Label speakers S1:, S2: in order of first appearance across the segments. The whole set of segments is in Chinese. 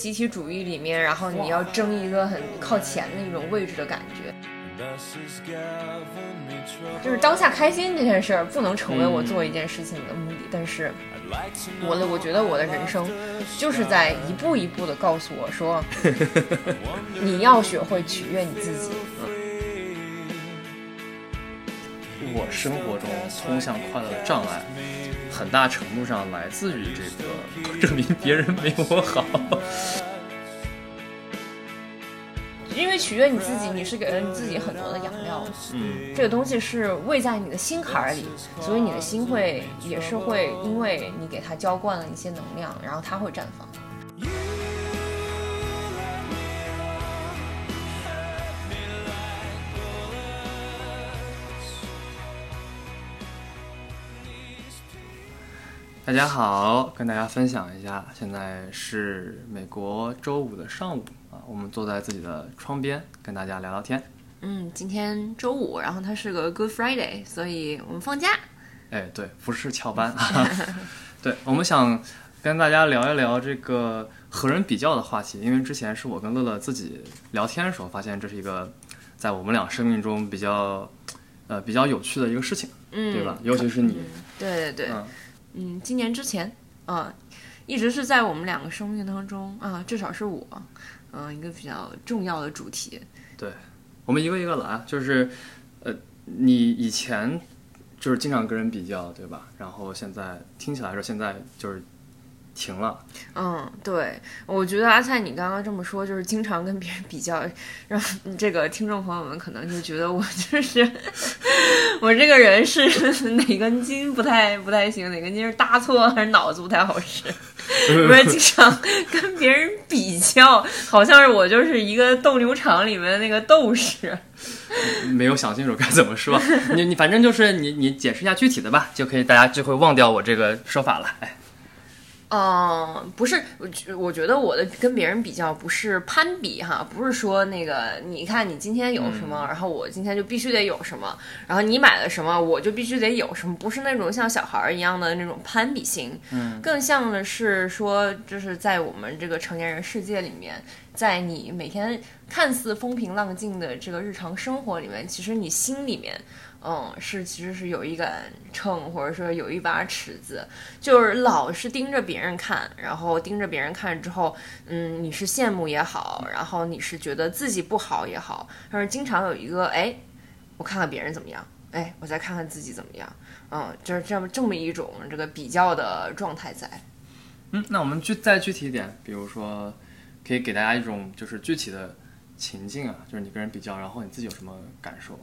S1: 集体主义里面，然后你要争一个很靠前的一种位置的感觉。就是当下开心这件事儿不能成为我做一件事情的目的，但是我的我觉得我的人生就是在一步一步的告诉我说，你要学会取悦你自己。
S2: 我生活中通向快乐的障碍，很大程度上来自于这个 证明别人没有我好。
S1: 因为取悦你自己，你是给了你自己很多的养料。
S2: 嗯，
S1: 这个东西是喂在你的心坎儿里，所以你的心会也是会因为你给它浇灌了一些能量，然后它会绽放。
S2: 大家好，跟大家分享一下，现在是美国周五的上午啊，我们坐在自己的窗边跟大家聊聊天。
S1: 嗯，今天周五，然后它是个 Good Friday，所以我们放假。
S2: 哎，对，不是翘班，啊 对，我们想跟大家聊一聊这个和人比较的话题，因为之前是我跟乐乐自己聊天的时候，发现这是一个在我们俩生命中比较呃比较有趣的一个事情，
S1: 嗯，
S2: 对吧？尤其是你，
S1: 对对对，
S2: 嗯
S1: 嗯，今年之前，啊、一直是在我们两个生命当中啊、至少是我，嗯、一个比较重要的主题。
S2: 我们一个一个来啊，就是呃，你以前就是经常跟人比较，对吧？然后现在听起来说现在就是停 了，
S1: 嗯，对，我觉得阿菜你刚刚这么说，就是经常跟别人比较，让这个听众朋友们可能就觉得我就是 我这个人是哪根筋不太不太行，哪根筋是搭错还是脑子不太好使， 不是经常跟别人比较，好像是我就是一个斗牛场里面的那个斗士。
S2: 没有想清楚该怎么 说。你你反正就是你你解释一下具体的吧，就可以大家就会忘掉我这个说法了。哎，
S1: 嗯，不是，我觉我觉得我的跟别人比较不是攀比哈，不是说那个你看你今天有什么，然后我今天就必须得有什么，然后你买了什么我就必须得有什么，不是那种像小孩儿一样的那种攀比心，
S2: 嗯，
S1: 更像的是说就是在我们这个成年人世界里面，在你每天看似风平浪静的这个日常生活里面，其实你心里面。嗯，是，其实是有一杆秤，或者说有一把尺子，就是老是盯着别人看，然后盯着别人看之后，嗯，你是羡慕也好，然后你是觉得自己不好也好，但是经常有一个，哎，我看看别人怎么样，哎，我再看看自己怎么样，嗯，就是这么这么一种这个比较的状态在。
S2: 嗯，那我们具再具体一点，比如说可以给大家一种就是具体的情境啊，就是你跟人比较，然后你自己有什么感受？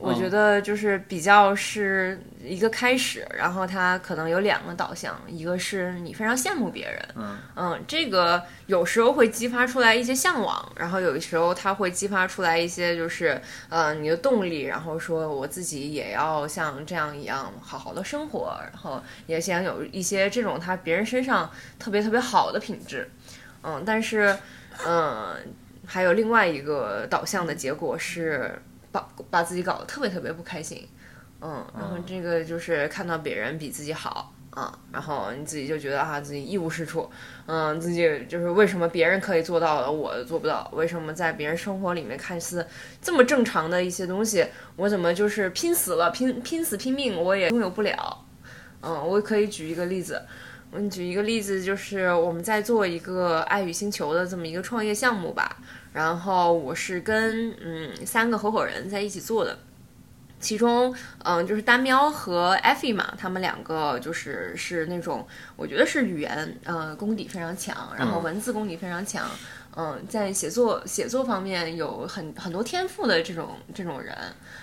S1: 我觉得就是比较是一个开始，然后它可能有两个导向，一个是你非常羡慕别人，
S2: 嗯
S1: 这个有时候会激发出来一些向往，然后有时候它会激发出来一些就是呃你的动力，然后说我自己也要像这样一样好好的生活，然后也想有一些这种他别人身上特别特别好的品质，嗯，但是嗯还有另外一个导向的结果是把把自己搞得特别特别不开心，嗯，然后这个就是看到别人比自己好啊，然后你自己就觉得啊自己一无是处，嗯，自己就是为什么别人可以做到了，我做不到？为什么在别人生活里面看似这么正常的一些东西，我怎么就是拼死了拼拼死拼命我也拥有不了？嗯，我可以举一个例子，我给你嗯举一个例子，就是我们在做一个爱与星球的这么一个创业项目吧，然后我是跟嗯三个合伙人在一起做的。其中，嗯，就是丹喵和 Effie 嘛，他们两个就是是那种，我觉得是语言呃功底非常强，然后文字功底非常强，嗯、在写作写作方面有很很多天赋的这种这种人，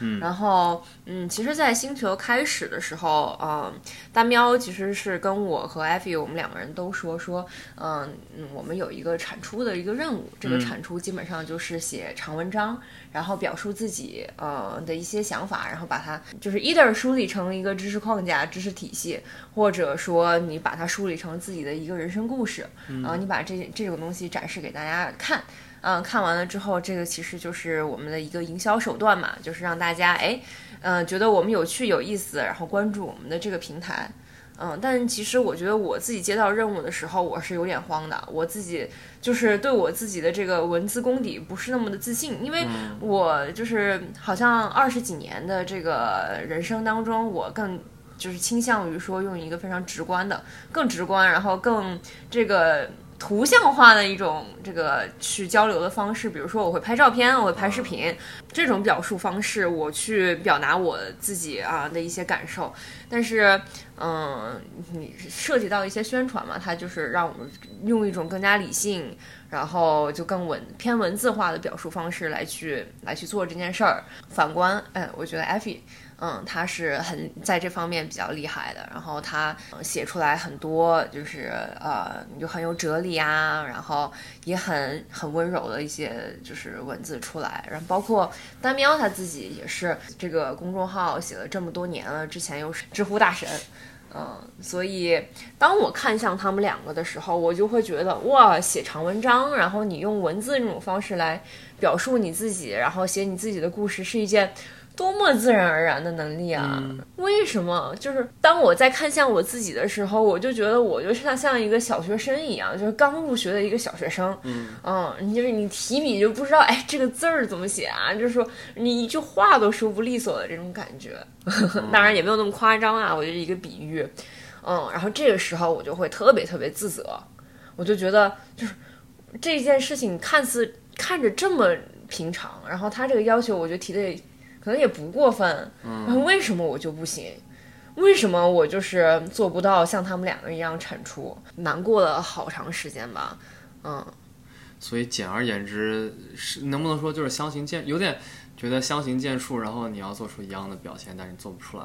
S1: 嗯，然后嗯，其实，在星球开始的时候，嗯、大喵其实是跟我和艾菲，我们两个人都说说，嗯嗯，我们有一个产出的一个任务，这个产出基本上就是写长文章，然后表述自己呃的一些想法，然后把它就是 either 梳理成一个知识框架、知识体系，或者说你把它梳理成自己的一个人生故事，然后你把这这种东西展示给大家看。嗯，看完了之后，这个其实就是我们的一个营销手段嘛，呃就是让大家哎，嗯、觉得我们有趣有意思，然后关注我们的这个平台。嗯，但其实我觉得我自己接到任务的时候，我是有点慌的。我自己就是对我自己的这个文字功底不是那么的自信，因为我就是好像二十几年的这个人生当中，我更就是倾向于说用一个非常直观的、更直观，然后更这个图像化的一种这个去交流的方式。比如说，我会拍照片，我会拍视频，这种表述方式，我去表达我自己啊的一些感受。但是，嗯，你涉及到一些宣传嘛，它就是让我们用一种更加理性，然后就更文偏文字化的表述方式来去来去做这件事儿。反观，哎，我觉得 Effie，嗯，他是很在这方面比较厉害的，然后他呃写出来很多就是呃，就很有哲理啊，然后也很很温柔的一些就是文字出来，然后包括丹喵他自己也是这个公众号写了这么多年了，之前又是知乎大神，嗯，所以当我看向他们两个的时候，我就会觉得哇，写长文章，然后你用文字这种方式来表述你自己，然后写你自己的故事，是一件多么自然而然的能力啊！为什么？就是当我在看向我自己的时候，我就觉得我就像像一个小学生一样，就是刚入学的一个小学生。嗯，你就是你提笔就不知道，哎，这个字儿怎么写啊？就是说你一句话都说不利索的这种感觉。当然也没有那么夸张啊，我就是一个比喻。嗯，然后这个时候我就会特别特别自责，我就觉得就是这件事情看似看着这么平常，然后他这个要求我觉得提的也可能也不过分，然后为什么我就不行？为什么我就是做不到像他们两个一样产出？难过了好长时间吧，嗯，
S2: 所以简而言之，是能不能说就是相形见，有点觉得相形见绌，然后你要做出一样的表现，但是你做不出来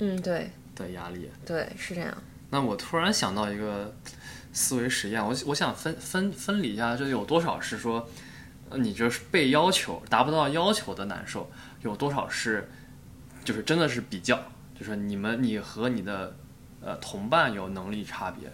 S1: 嗯，对
S2: 的压力。
S1: 对，是这样，
S2: 那我突然想到一个思维实验，我我想分分分离一下，就有多少是说，呃你这是被要求达不到要求的难受，有多少是就是真的是比较，就是你们你和你的呃同伴有能力差别。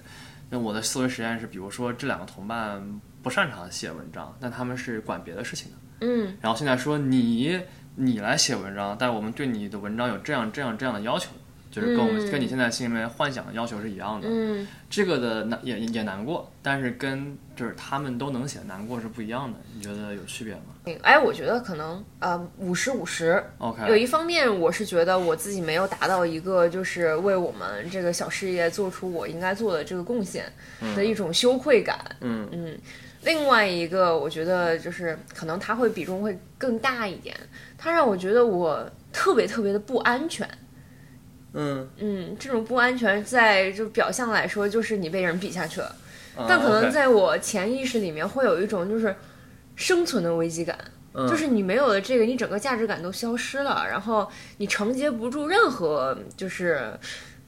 S2: 那我的思维实验是，比如说这两个同伴不擅长写文章，那他们是管别的事情的。
S1: 嗯
S2: 然后现在说你你来写文章，但我们对你的文章有这样这样这样的要求，就是跟我们、
S1: 嗯
S2: 跟你现在心里面幻想的要求是一样的。
S1: 嗯
S2: 这个的难也也难过，但是跟就是他们都能写难过是不一样的，你觉得有区别吗
S1: 哎，我觉得可能呃五十五十有
S2: ？OK，
S1: 一方面，我是觉得我自己没有达到一个就是为我们这个小事业做出我应该做的这个贡献的一种羞愧感。
S2: 嗯
S1: 另外一个，我觉得就是可能它会比重会更大一点，它让我觉得我特别特别的不安全。
S2: 嗯，
S1: 嗯，这种不安全在就表象来说，就是你被人比下去了，
S2: 嗯
S1: 但
S2: 啊
S1: 可能在我潜意识里面会有一种就是生存的危机感。
S2: 嗯
S1: 就是你没有了这个，你整个价值感都消失了，然后你承接不住任何就是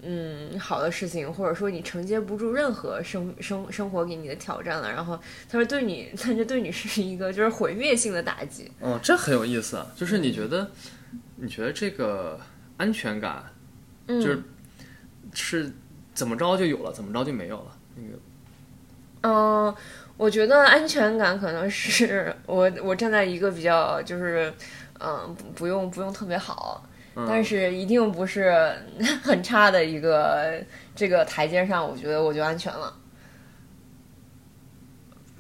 S1: 嗯好的事情，或者说你承接不住任何生生生活给你的挑战了，然后他说对你， 他就对你是一个就是毁灭性的打击。
S2: 哦，这很有意思啊，就是你觉得你觉得这个安全感
S1: 嗯，
S2: 就是是怎么着就有了，怎么着就没有了，那个
S1: 嗯，我觉得安全感可能是 我我站在一个比较就是，嗯，不不用不用特别好，
S2: 嗯
S1: 但是一定不是 很差的一个这个台阶上，我觉得我就安全了。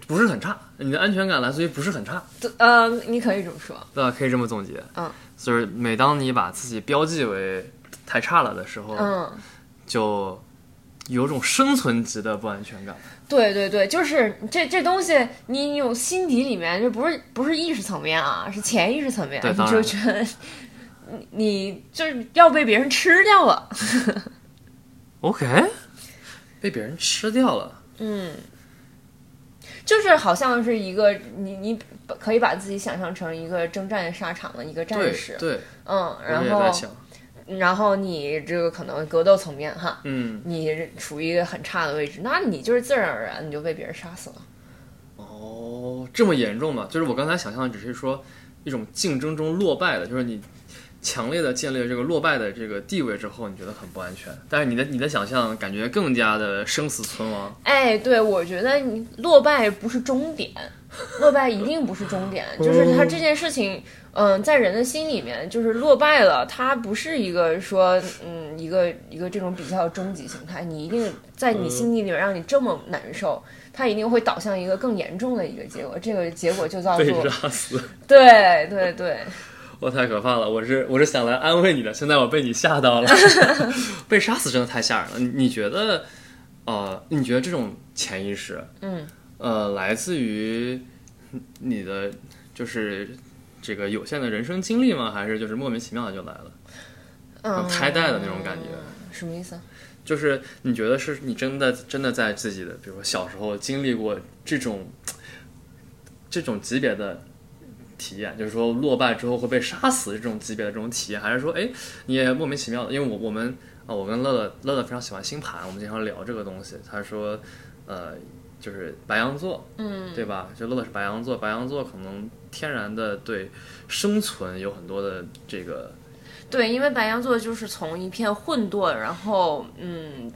S2: 不是很差，你的安全感来自于不是很差，
S1: 对，呃，你可以这么说，
S2: 对吧？可以这么总结，
S1: 嗯，
S2: 就是每当你把自己标记为太差了的时候，
S1: 嗯，
S2: 就有种生存级的不安全感。
S1: 对对对，就是这这东西，你你有心底里面就不是不是意识层面啊，是潜意识层面，
S2: 对
S1: 你
S2: 当
S1: 就
S2: 然
S1: 觉得你你就是要被别人吃掉了，
S2: OK，被别人吃掉了。
S1: 嗯，就是好像是一个你你可以把自己想象成一个征战沙场的一个战
S2: 对
S1: 士，
S2: 对，
S1: 嗯，
S2: 我也
S1: 然
S2: 在
S1: 后
S2: 想，
S1: 然后你这个可能格斗层面哈，
S2: 嗯，
S1: 你处于一个很差的位置，那你就是自然而然你就被别人杀死了。
S2: 哦，这么严重吗？就是我刚才想象的只是说一种竞争中落败的，就是你强烈的建立了这个落败的这个地位之后，你觉得很不安全，但是你的你的想象感觉更加的生死存亡。
S1: 哎，对，我觉得你落败不是终点，落败一定不是终点，就是
S2: 哦
S1: 他这件事情，嗯、在人的心里面，就是落败了，它不是一个说，嗯，一个一个这种比较终极形态，你一定在你
S2: 嗯
S1: 心底里面让你这么难受，它一定会导向一个更严重的一个结果，这个结果就叫做
S2: 被杀死，
S1: 对对对，
S2: 我太可怕了！我是我是想来安慰你的，现在我被你吓到 了，被杀死真的太吓人了。你你觉得，呃，你觉得这种潜意识，
S1: 嗯，
S2: 呃，来自于你的就是这个有限的人生经历吗？还是就是莫名其妙的就来了，
S1: 嗯，
S2: 胎带的那种感觉？
S1: 什么意思啊？
S2: 就是你觉得是你真的真的在自己的，比如说小时候经历过这种这种级别的体验，就是说落败之后会被杀死这种级别的这种体验，还是说哎你也莫名其妙的？因为我我们啊、我跟乐乐乐乐非常喜欢星盘，我们经常聊这个东西。他说呃就是白羊座，
S1: 嗯，
S2: 对吧？就乐乐是白羊座，白羊座可能天然的对生存有很多的这个
S1: 对，因为白羊座就是从一片混沌，然后嗯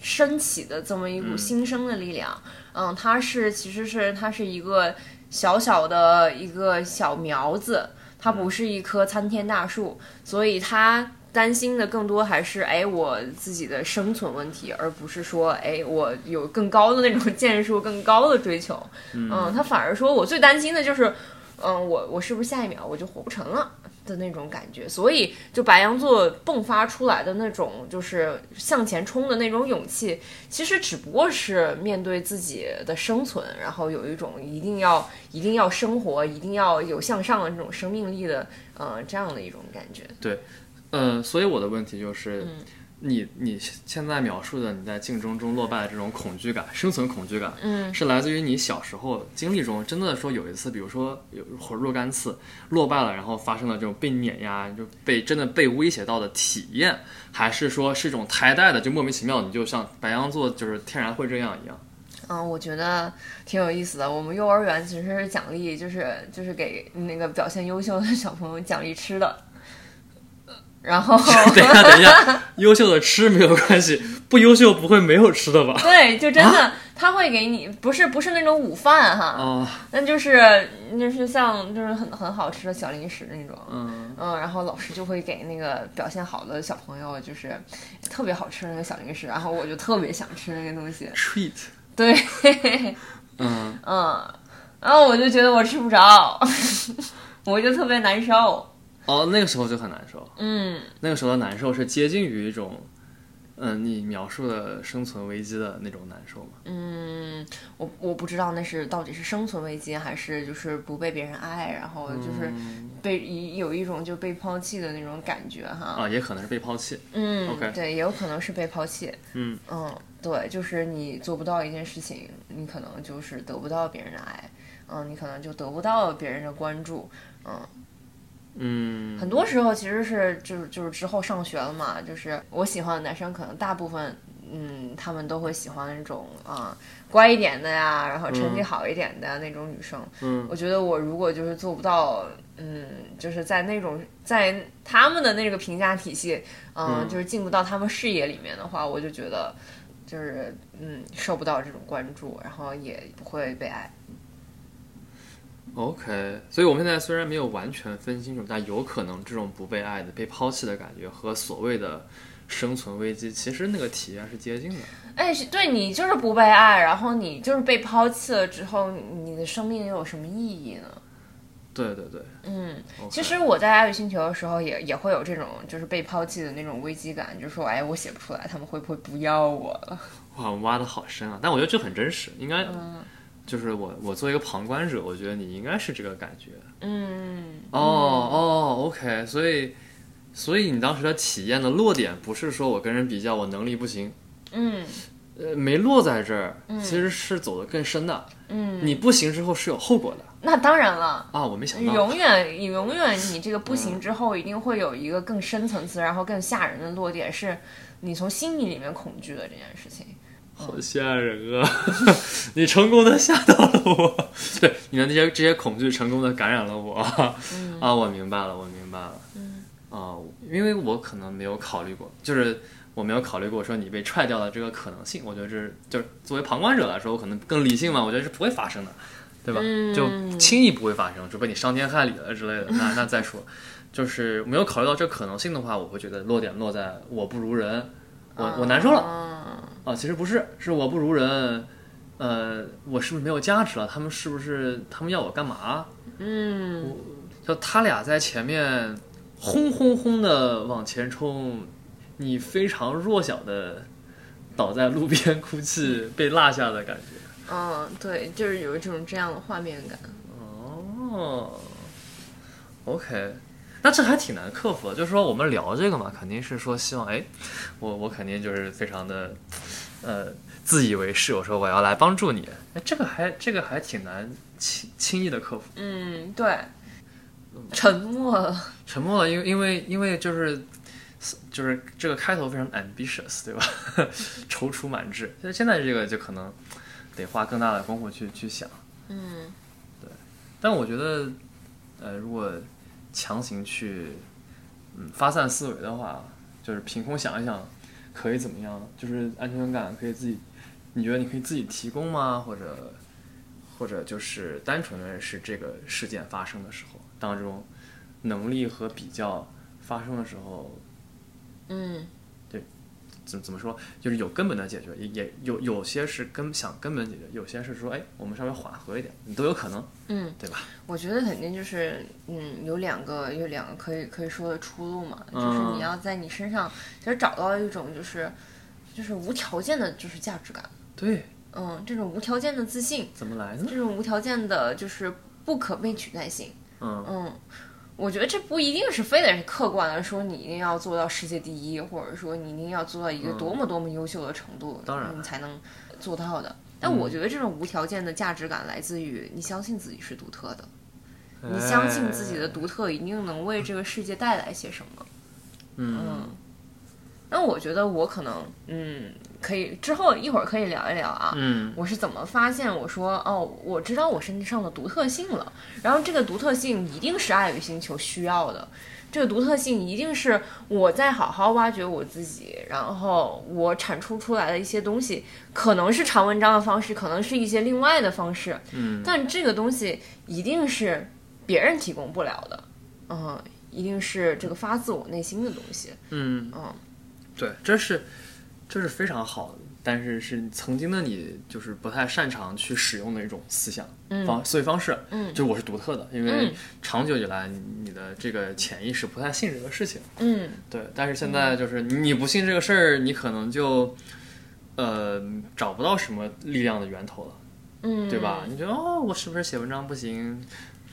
S1: 升起的这么一股新生的力量。嗯，它是其实是它是一个小小的一个小苗子，它不是一棵参天大树，所以它。担心的更多还是哎我自己的生存问题，而不是说哎我有更高的那种建树、更高的追求。嗯，他反而说我最担心的就是，嗯，我我是不是下一秒我就活不成了？的那种感觉，所以就白羊座迸发出来的那种就是向前冲的那种勇气，其实只不过是面对自己的生存，然后有一种一定要一定要生活，一定要有向上的这种生命力的，呃，这样的一种感觉。
S2: 呃，所以我的问题就是，
S1: 嗯
S2: 你你现在描述的你在竞争中落败的这种恐惧感、生存恐惧感，
S1: 嗯，
S2: 是来自于你小时候经历中，真的说有一次，比如说有或者若干次落败了，然后发生了这种被碾压、就被真的被威胁到的体验，还是说是一种胎带的，就莫名其妙你就像白羊座就是天然会这样一样？
S1: 嗯，我觉得挺有意思的。我们幼儿园其实是奖励，就是就是给那个表现优秀的小朋友奖励吃的，然后
S2: 等一下，等一下，优秀的吃没有关系，不优秀不会没有吃的吧？
S1: 对，就真的他会给你，不是不是那种午饭哈，
S2: 哦，
S1: 那就是就是像就是很很好吃的小零食那种，
S2: 嗯，
S1: 嗯，然后老师就会给那个表现好的小朋友就是特别好吃的那个小零食，然后我就特别想吃那个东西，
S2: treat，
S1: 对，
S2: 嗯。
S1: 嗯，然后我就觉得我吃不着， 我就特别难受，
S2: 哦，那个时候就很难受。
S1: 嗯，
S2: 那个时候的难受是接近于一种，嗯，你描述的生存危机的那种难受嘛？
S1: 嗯，我我不知道那是到底是生存危机，还是就是不被别人爱，然后就是
S2: 嗯
S1: 被一有一种就被抛弃的那种感觉哈。
S2: 啊，也可能是被抛弃。
S1: 嗯
S2: OK
S1: 对，也有可能是被抛弃。
S2: 嗯
S1: 嗯，对，就是你做不到一件事情，你可能就是得不到别人的爱，嗯，你可能就得不到别人的关注，嗯，
S2: 嗯，
S1: 很多时候其实是就是就是之后上学了嘛，就是我喜欢的男生可能大部分。嗯，他们都会喜欢那种啊、乖一点的呀，然后成绩好一点的呀、那种女生。
S2: 嗯，
S1: 我觉得我如果就是做不到，嗯，就是在那种在他们的那个评价体系，嗯，
S2: 嗯
S1: 就是进不到他们视野里面的话，我就觉得就是嗯受不到这种关注，然后也不会被爱。
S2: OK，所以我们现在虽然没有完全分清楚，但有可能这种不被爱的、被抛弃的感觉和所谓的生存危机，其实那个体验是接近的。
S1: 哎，是对你就是不被爱，然后你就是被抛弃了之后，你的生命又有什么意义呢？
S2: 对对对，
S1: 嗯
S2: OK
S1: 其实我在《爱与星球》的时候也也会有这种就是被抛弃的那种危机感，就是说，哎，我写不出来，他们会不会不要我了？
S2: 哇，我挖的好深啊！但我觉得这很真实，应该
S1: 嗯
S2: 就是我我作为一个旁观者，我觉得你应该是这个感觉。
S1: 嗯，
S2: 哦哦，OK，所以所以你当时的体验的落点不是说我跟人比较我能力不行，
S1: 嗯
S2: 呃，没落在这儿，其实是走得更深的。
S1: 嗯，
S2: 你不行之后是有后果的
S1: 那当然了。
S2: 啊！我没想到，
S1: 永远，永远，你这个不
S2: 嗯
S1: 行之后，一定会有一个更深层次，然后更吓人的落点，是你从心里里面恐惧的这件事情。
S2: 好吓人啊！ 你成功的吓到了我， 对你的这些这些恐惧成功的感染了我、啊！我明白了，我明白了。呃，因为我可能没有考虑过，就是我没有考虑过说你被踹掉的这个可能性。我觉得这是就是作为旁观者来说，我可能更理性嘛，我觉得是不会发生的，对吧？就轻易不会发生，除非你伤天害理了之类的，那那再说。就是没有考虑到这可能性的话，我会觉得落点落在我不如人，我我难受了啊、
S3: 嗯，
S2: 其实不是，是我不如人，呃，我是不是没有价值了？他们是不是他们要我干嘛？嗯，就他俩在前面轰轰轰的往前冲，你非常弱小的倒在路边 哭泣，被落下的感觉。
S3: 嗯，对，就是有一种这样的画面感。
S2: 哦，OK，那这还挺难克服的。就是说，我们聊这个嘛，肯定是说希望，哎，我我肯定就是非常的，呃，自以为是。我说我要来帮助你，哎，这个还这个还挺难轻轻易的克服。
S1: 嗯，对，
S2: 嗯
S1: 沉默了，
S2: 沉默了，因为因为因为就是就是这个开头非常 ambitious，对吧？ 踌躇满志，但是现在这个就可能得花更大的功夫去去想。
S3: 嗯，
S2: 但我觉得，呃，如果强行去，嗯，发散思维的话，就是凭空想一想，可以怎么样？就是安全感可以自己，你觉得你可以自己提供吗？或者，或者就是单纯的是这个事件发生的时候，当中能力和比较发生的时候，
S3: 嗯，
S2: 怎怎么说？就是有根本的解决，也也有有些是根想根本解决，有些是说，哎，我们稍微缓和一点，你都有可能，
S3: 嗯，
S2: 对吧？
S3: 我觉得肯定就是，嗯，有两个有两个可以可以说的出路嘛，就
S2: 嗯
S3: 是你要在你身上其实找到一种就是就是无条件的就是价值感，
S2: 对，
S3: 嗯，这种无条件的自信，
S2: 怎么来呢？
S3: 这种无条件的就是不可被取代性，
S2: 嗯
S3: 嗯，我觉得这不一定是非得是客观的说你一定要做到世界第一，或者说你一定要做到一个
S2: 嗯
S3: 多么多么优秀的程度，
S2: 当然嗯
S3: 你才能做到的。但我觉得这种无条件的价值感来自于你相信自己是独特的，
S2: 哎
S3: 你相信自己的独特一定能为这个世界带来些什么。
S2: 嗯
S3: 嗯，
S1: 那我觉得我可能，嗯，可以之后一会儿可以聊一聊啊。
S2: 嗯
S1: 我是怎么发现？我说哦，我知道我身上的独特性了。然后这个独特性一定是爱与星球需要的，这个独特性一定是我在好好挖掘我自己，然后我产出出来的一些东西，可能是长文章的方式，可能是一些另外的方式，
S2: 嗯，
S1: 但这个东西一定是别人提供不了的，嗯，一定是这个发自我内心的东西。
S2: 嗯
S1: 嗯，
S2: 对，这是这是非常好的，但是是曾经的你就是不太擅长去使用的一种思想方思维方式，
S1: 嗯
S2: 就是我是独特的，因为
S1: 嗯
S2: 长久以来你你的这个潜意识不太信这个事情，
S1: 嗯，
S2: 对，但是现
S3: 嗯
S2: 在就是你不信这个事儿，你可能就呃找不到什么力量的源头了，
S1: 嗯，
S2: 对吧？你觉得哦，我是不是写文章不行？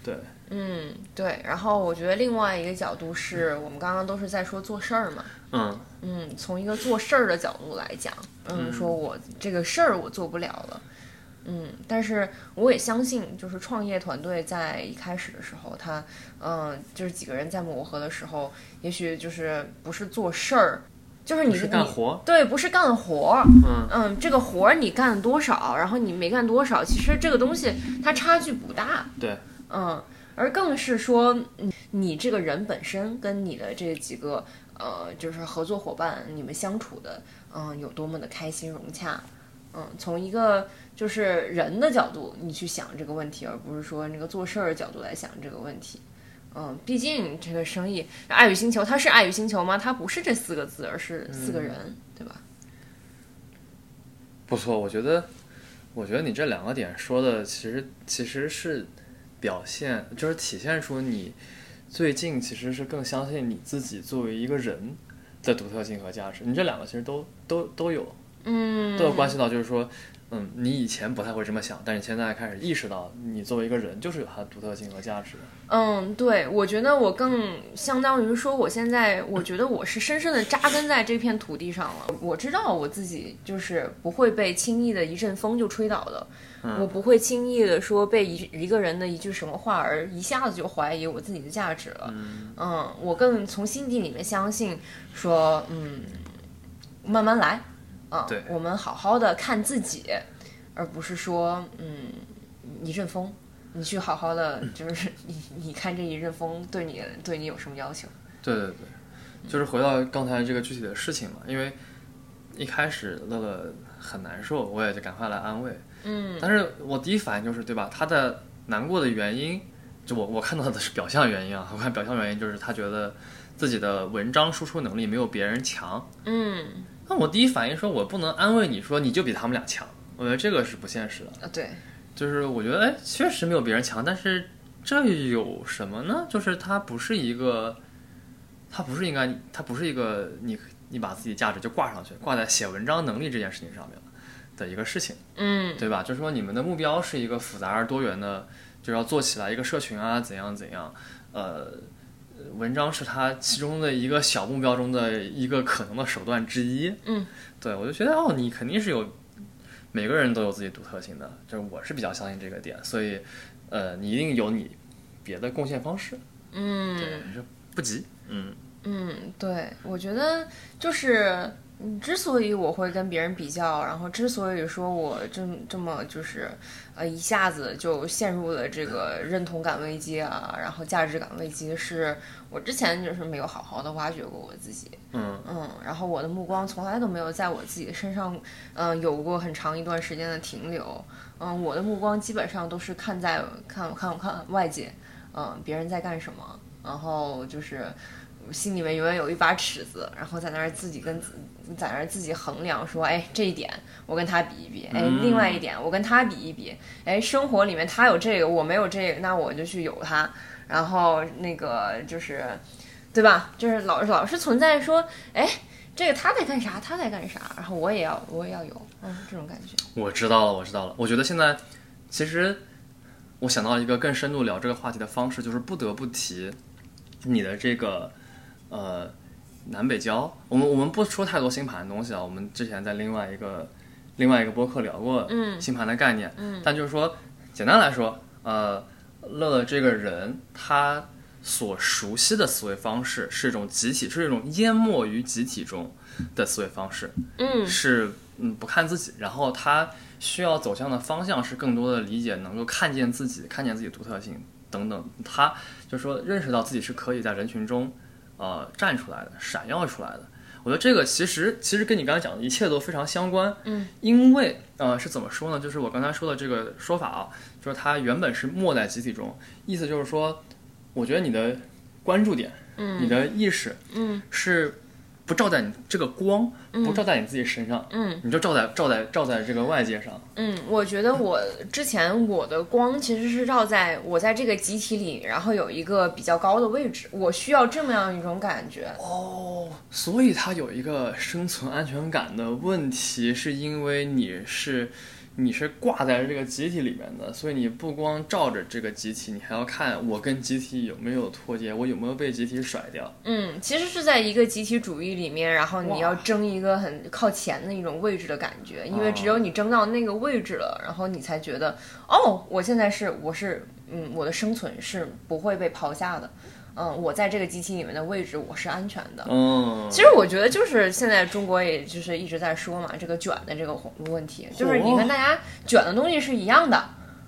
S2: 对，
S1: 嗯，对。然后我觉得另外一个角度是我们刚刚都是在说做事儿嘛，
S2: 嗯
S1: 嗯，从一个做事儿的角度来讲，嗯，
S2: 嗯
S1: 说我这个事儿我做不了了，嗯，但是我也相信，就是创业团队在一开始的时候，他，嗯、就是几个人在磨合的时候，也许就是不是做事儿，就是你
S2: 是干活，
S1: 对，不是干活儿，
S2: 嗯
S1: 嗯，这个活儿你干了多少，然后你没干多少，其实这个东西它差距不大，
S2: 对，
S1: 嗯，而更是说嗯你这个人本身跟你的这几个呃，就是合作伙伴，你们相处的嗯、有多么的开心融洽，嗯，从一个就是人的角度你去想这个问题，而不是说那个做事儿的角度来想这个问题。嗯，毕竟这个生意，爱与星球，它是爱与星球吗？它不是这四个字，而是四
S2: 嗯
S1: 个人，对吧？
S2: 不错，我觉得，我觉得你这两个点说的，其实其实是表现，就是体现出你最近其实是更相信你自己作为一个人的独特性和价值。你这两个其实都都都有，
S1: 嗯，
S2: 都有关系到，就是说，嗯，你以前不太会这么想，但是现在开始意识到，你作为一个人就是有它的独特性和价值的。
S1: 嗯，对，我觉得我更相当于说，我现在我觉得我是深深的扎根在这片土地上了。我知道我自己就是不会被轻易的一阵风就吹倒的，我不会轻易的说被一一个人的一句什么话而一下子就怀疑我自己的价值了。嗯我更从心底里面相信说，嗯，慢慢来，啊，
S2: 对
S1: 我们好好的看自己，而不是说，嗯，一阵风。你去好好的，就是你你看这一阵风对你对你有什么要求？
S2: 对对对，就是回到刚才这个具体的事情嘛，因为一开始乐乐很难受，我也就赶快来安慰。嗯，但是我第一反应就是，对吧？他的难过的原因，就我我看到的是表象原因啊，我看表象原因就是他觉得自己的文章输出能力没有别人强。
S1: 嗯，
S2: 那我第一反应说，我不能安慰你说你就比他们俩强，我觉得这个是不现实的。
S1: 啊对，
S2: 就是我觉得，哎，确实没有别人强，但是这有什么呢？就是它不是一个，它不是应该，它不是一个你你把自己价值就挂上去，挂在写文章能力这件事情上面的一个事情，
S1: 嗯
S2: 对吧？就是说你们的目标是一个复杂而多元的，就是要做起来一个社群啊，怎样怎样，呃。文章是他其中的一个小目标中的一个可能的手段之一。
S1: 嗯，
S2: 对我就觉得哦，你肯定是有每个人都有自己独特性的，就是我是比较相信这个点，所以呃，你一定有你别的贡献方式，
S1: 嗯。
S2: 对，就不急，嗯，
S1: 嗯，对，我觉得就是，嗯之所以我会跟别人比较，然后之所以说我这这么就是，呃，一下子就陷入了这个认同感危机啊，然后价值感危机，是我之前就是没有好好的挖掘过我自己，
S2: 嗯
S1: 嗯，然后我的目光从来都没有在我自己的身上，嗯、有过很长一段时间的停留。嗯、我的目光基本上都是看在看看看外界，嗯、别人在干什么，然后就是心里面永远有一把尺子，然后在那儿自己跟自在那儿自己衡量说，哎，这一点我跟他比一比，哎，
S2: 嗯
S1: 另外一点我跟他比一比，哎，生活里面他有这个，我没有这个，那我就去有他，然后那个就是。对吧？就是老老是存在说，哎，这个他在干啥？他在干啥？然后我也要，我也要有，嗯，这种感觉。
S2: 我知道了，我知道了。我觉得现在其实我想到一个更深入聊这个话题的方式，就是不得不提你的这个呃南北交。我们我们不说太多星盘的东西啊，我们之前在另外一个另外一个播客聊过
S1: 嗯
S2: 星盘的概念，嗯，但就是说简单来说，呃，乐乐这个人他所熟悉的思维方式是一种集体，是一种淹没于集体中的思维方式，
S1: 嗯
S2: 是嗯不看自己，然后他需要走向的方向是更多的理解，能够看见自己，看见自己独特性等等。他就说认识到自己是可以在人群中呃站出来的，闪耀出来的。我觉得这个其实其实跟你刚才讲的一切都非常相关，
S1: 嗯，
S2: 因为呃是怎么说呢？就是我刚才说的这个说法啊，就是他原本是没在集体中，意思就是说，我觉得你的关注点，嗯，你的意识，
S1: 嗯，
S2: 是不照在你这个光，不照在你自己身上，
S1: 嗯，
S2: 你就照在照在照在这个外界上，
S1: 嗯，我觉得我之前我的光其实是照在我在这个集体里，然后有一个比较高的位置，我需要这么样一种感觉。
S2: 哦，所以他有一个生存安全感的问题，是因为你是你是挂在这个集体里面的，所以你不光照着这个集体，你还要看我跟集体有没有脱节，我有没有被集体甩掉。
S1: 嗯，其实是在一个集体主义里面，然后
S2: 哇
S1: 你要争一个很靠前的一种位置的感觉，因为
S2: 哦
S1: 只有你争到那个位置了，然后你才觉得，哦，我现在是我是嗯，我的生存是不会被抛下的，嗯，我在这个集体里面的位置我是安全的。
S2: 嗯，
S1: 其实我觉得就是现在中国也就是一直在说嘛，这个卷的这个问题，就是你
S2: 哦
S1: 跟大家卷的东西是一样的，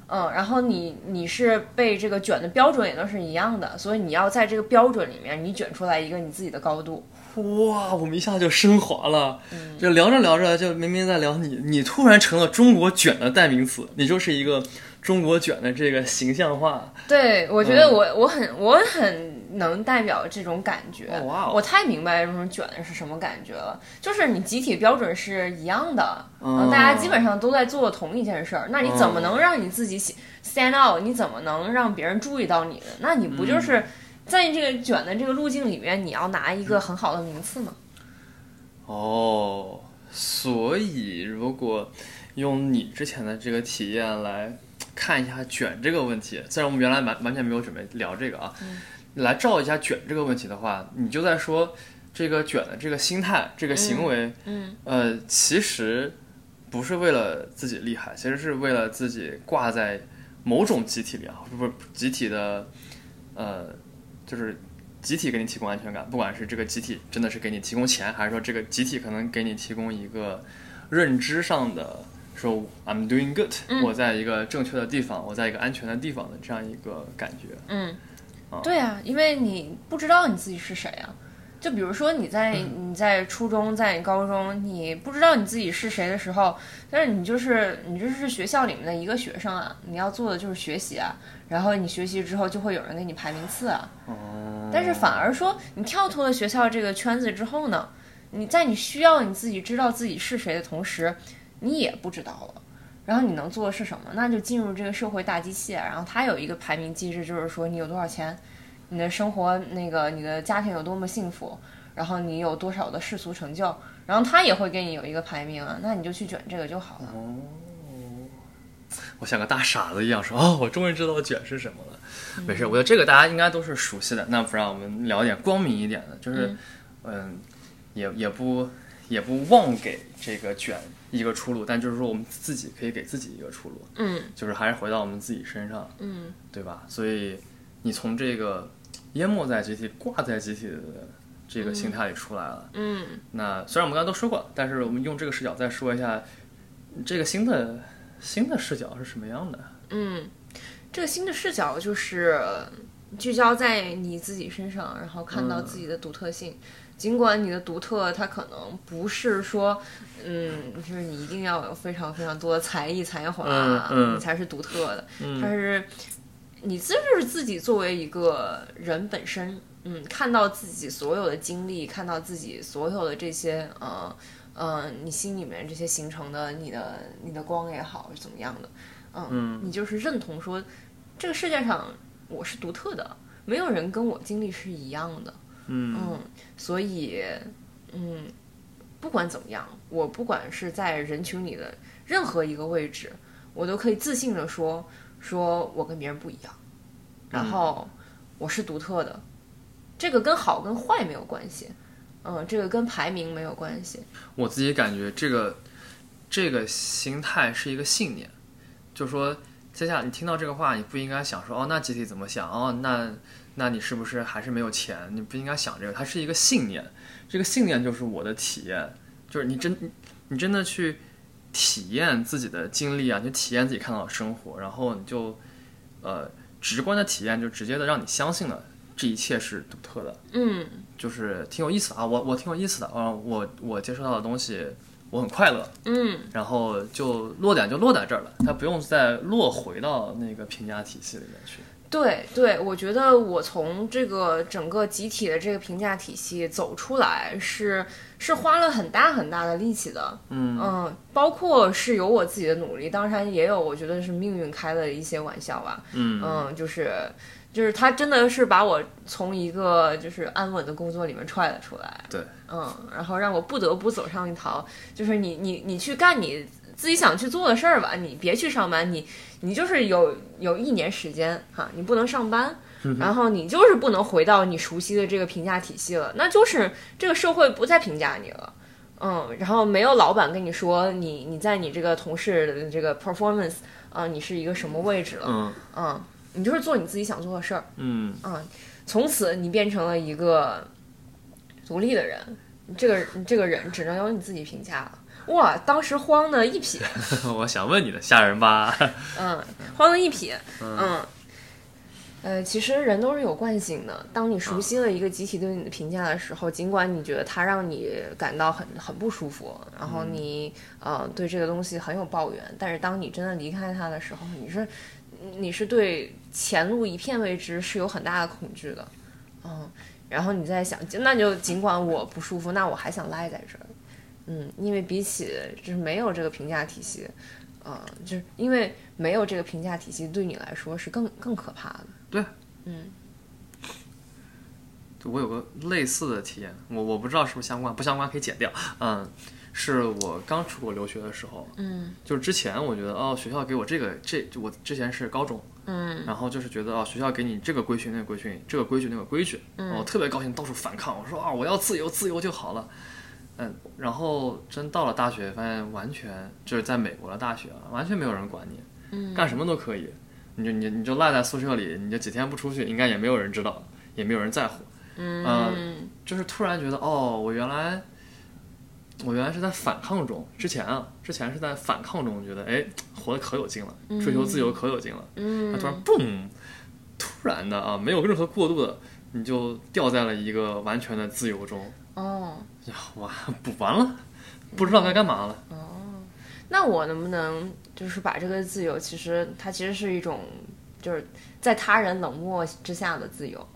S1: 嗯，然后你你是被这个卷的标准也都是一样的，所以你要在这个标准里面，你卷出来一个你自己的高度。
S2: 哇，我们一下就升华了，就聊着聊着就明明在聊你，你突然成了中国卷的代名词，你就是一个中国卷的这个形象化。
S1: 对，我觉得
S2: 嗯
S1: 我、我很我很能代表这种感觉，
S2: 哦哇哦
S1: 我太明白这种卷是什么感觉了。就是你集体标准是一样的，
S2: 嗯
S1: 呃大家基本上都在做同一件事儿，那你怎么能让你自己喜 stand out？你怎么能让别人注意到你呢？那你不就是在这个卷的这个路径里面，你要拿一个很好的名次吗？
S2: 哦，所以如果用你之前的这个体验来看一下卷这个问题，虽然我们原来完完全没有准备聊这个啊，
S1: 嗯
S2: 来照一下卷这个问题的话，你就在说这个卷的这个心态、这个行为，
S1: 嗯
S2: 呃，其实不是为了自己厉害，其实是为了自己挂在某种集体里啊，不是集体的，呃，就是集体给你提供安全感，不管是这个集体真的是给你提供钱，还是说这个集体可能给你提供一个认知上的。说 I'm doing good，、
S1: 嗯
S2: 我在一个正确的地方，我在一个安全的地方的这样一个感觉。
S1: 嗯
S2: 哦，
S1: 对啊，因为你不知道你自己是谁啊。就比如说你在你在初中，在你高中，你不知道你自己是谁的时候，但是你就是你就是学校里面的一个学生啊，你要做的就是学习啊，然后你学习之后就会有人给你排名次啊。
S2: 哦，
S1: 但是反而说你跳脱了学校这个圈子之后呢，你在你需要你自己知道自己是谁的同时，你也不知道了。然后你能做的是什么？那就进入这个社会大机器，啊然后它有一个排名机制，就是说你有多少钱，你的生活那个你的家庭有多么幸福，然后你有多少的世俗成就，然后它也会给你有一个排名啊，那你就去卷这个就好了。
S2: 哦我像个大傻子一样说哦，我终于知道卷是什么了。没事，我觉得这个大家应该都是熟悉的。那不然我们聊点光明一点的，就是嗯、也也不也不妄给这个卷一个出路，但就是说我们自己可以给自己一个出路。
S1: 嗯
S2: 就是还是回到我们自己身上，
S1: 嗯，
S2: 对吧？所以你从这个淹没在集体、挂在集体的这个心态里出来了。
S1: 嗯，
S2: 那虽然我们刚才都说过了，但是我们用这个视角再说一下这个新的新的视角是什么样的？
S1: 嗯，这个新的视角就是聚焦在你自己身上，然后看到自
S2: 嗯
S1: 己的独特性。尽管你的独特，它可能不是说，嗯，就是你一定要有非常非常多的才艺才华，
S2: 嗯嗯
S1: 你才是独特的。它
S2: 嗯
S1: 是你自就是自己作为一个人本身，嗯，看到自己所有的经历，看到自己所有的这些，呃呃，你心里面这些形成的你的你的光也好，是怎么样的，嗯，你就是认同说这个世界上我是独特的，没有人跟我经历是一样的，
S2: 嗯
S1: 嗯，所以，嗯，不管怎么样，我不管是在人群里的任何一个位置，我都可以自信的说，说我跟别人不一样，然后我是独特的，这个跟好跟坏没有关系，嗯，这个跟排名没有关系，
S2: 我自己感觉这个这个心态是一个信念，就说接下来你听到这个话，你不应该想说哦，那集体怎么想哦，那那你是不是还是没有钱？你不应该想这个，它是一个信念。这个信念就是我的体验，就是你真你真的去体验自己的经历啊，你体验自己看到的生活，然后你就呃直观的体验，就直接的让你相信了这一切是独特的。
S1: 嗯
S2: 就是挺有意思的啊，我我挺有意思的啊，我我接收到的东西我很快乐，
S1: 嗯
S2: 然后就落点就落在这儿了，它不用再落回到那个评价体系里面去。
S1: 对对，我觉得我从这个整个集体的这个评价体系走出来是是花了很大很大的力气的，
S2: 嗯
S1: 嗯，包括是有我自己的努力，当然也有我觉得是命运开了一些玩笑吧，
S2: 嗯
S1: 嗯，就是就是他真的是把我从一个就是安稳的工作里面踹了出来，
S2: 对，
S1: 嗯，然后让我不得不走上一条，就是你你你去干你自己想去做的事儿吧，你别去上班，你你就是有有一年时间哈，你不能上班。
S2: 嗯
S1: 然后你就是不能回到你熟悉的这个评价体系了，那就是这个社会不再评价你了，嗯，然后没有老板跟你说你你在你这个同事的这个 performance 啊、你是一个什么位置了，
S2: 嗯
S1: 嗯，你就是做你自己想做的事儿，
S2: 嗯，
S1: 嗯，从此你变成了一个独立的人，这个这个人只能由你自己评价了。哇，当时慌的一匹，
S2: 我想问你的，吓人吧？
S1: 嗯，慌的一匹，嗯，呃，其实人都是有惯性的。当你熟悉了一个集体对你的评价的时候，尽管你觉得它让你感到很很不舒服，然后你、呃对这个东西很有抱怨，但是当你真的离开它的时候，你是你是对前路一片未知是有很大的恐惧的，嗯，然后你在想，那就尽管我不舒服，那我还想赖在这儿，嗯，因为比起就是没有这个评价体系，呃，就是因为没有这个评价体系对你来说是更更可怕的，
S2: 对，
S1: 嗯
S2: 就 我有个类似的体验，我我不知道是不是相关，不相关可以剪掉。嗯，是我刚出国留学的时候，
S1: 嗯
S2: 就是之前我觉得哦，学校给我这个这，我之前是高中，
S1: 嗯
S2: 然后就是觉得啊，学校给你这个规矩那个规矩，这个规矩那个规矩，我特别高兴，到处反抗，我说啊，我要自由，自由就好了。嗯，然后真到了大学，发现完全就是在美国的大学啊，完全没有人管你，
S1: 嗯
S2: 干什么都可以，你就你你就赖在宿舍里，你就几天不出去，应该也没有人知道，也没有人在乎。
S1: 嗯
S2: 嗯就是突然觉得哦，我原来我原来是在反抗中，之前啊，之前是在反抗中觉得哎，活得可有劲了，追求自由可有劲了。
S1: 嗯
S2: 他突然嘣，突然的啊，没有任何过度的你就掉在了一个完全的自由中，
S1: 哦，
S2: 呀，哇，补完了，不知道该干嘛了。
S1: 那我能不能就是把这个自由，其实它其实是一种，就是在他人冷漠之下的自由。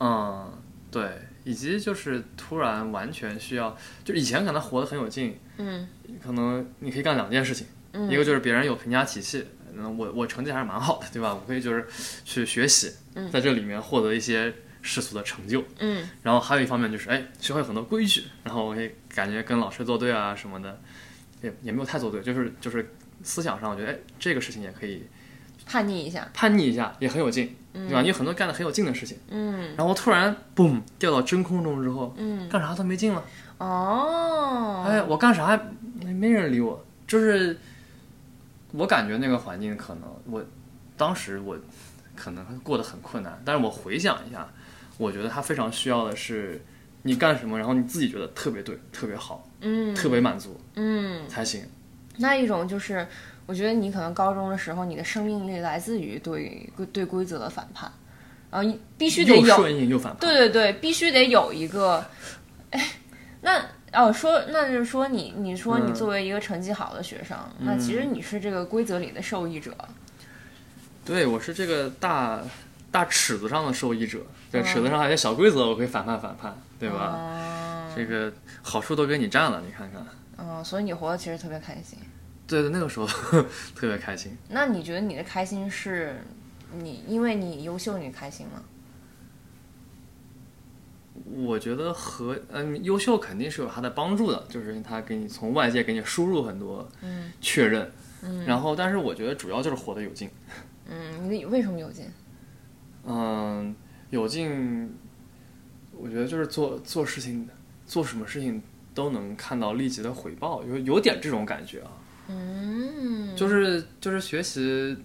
S2: 嗯，对，以及就是突然完全需要，就是以前可能活得很有劲，
S1: 嗯，
S2: 可能你可以干两件事情，一个就是别人有评价体系，那我我成绩还是蛮好的，对吧？我可以就是去学习，在这里面获得一些世俗的成就，
S1: 嗯，
S2: 然后还有一方面就是哎，学会很多规矩，然后我也感觉跟老师作对啊什么的，也也没有太作对，就是就是思想上我觉得哎这个事情也可以
S1: 叛逆一下，
S2: 叛逆一下，也很有劲，对吧？你有很多干的很有劲的事情。
S1: 嗯，
S2: 然后突然嘣掉到真空中之后，
S1: 嗯，
S2: 干啥都没劲了。
S1: 哦，
S2: 哎，我干啥没没人理我，就是我感觉那个环境可能我当时我可能过得很困难，但是我回想一下，我觉得他非常需要的是你干什么，然后你自己觉得特别对、特别好、
S1: 嗯
S2: 特别满足
S1: 嗯，
S2: 才行。
S1: 那一种就是，我觉得你可能高中的时候，你的生命力来自于对对规则的反叛，然后你必须得
S2: 又
S1: 有，
S2: 顺应又反叛，
S1: 对对对，必须得有一个，哎，那。哦，说那就是说你，你说你
S2: 嗯
S1: 作为一个成绩好的学生，那其实你是这个规则里的受益者。
S2: 对我是这个大大尺子上的受益者，在尺子上
S1: 啊
S2: 还有些小规则，我可以反叛反叛，对吧？
S1: 嗯
S2: 这个好处都给你占了，你看看。
S1: 嗯，所以你活得其实特别开心。
S2: 对对，那个时候 特别开心。
S1: 那你觉得你的开心是你因为你优秀你开心吗？
S2: 我觉得和嗯，优秀肯定是有它的帮助的，就是它给你从外界给你输入很多
S1: 嗯
S2: 确认。嗯、然后，但是我觉得主要就是活得有劲。
S1: 嗯，你为什么有劲？
S2: 嗯，有劲，我觉得就是做做事情，做什么事情都能看到立即的回报，有有点这种感觉啊。
S1: 嗯，
S2: 就是就是学习，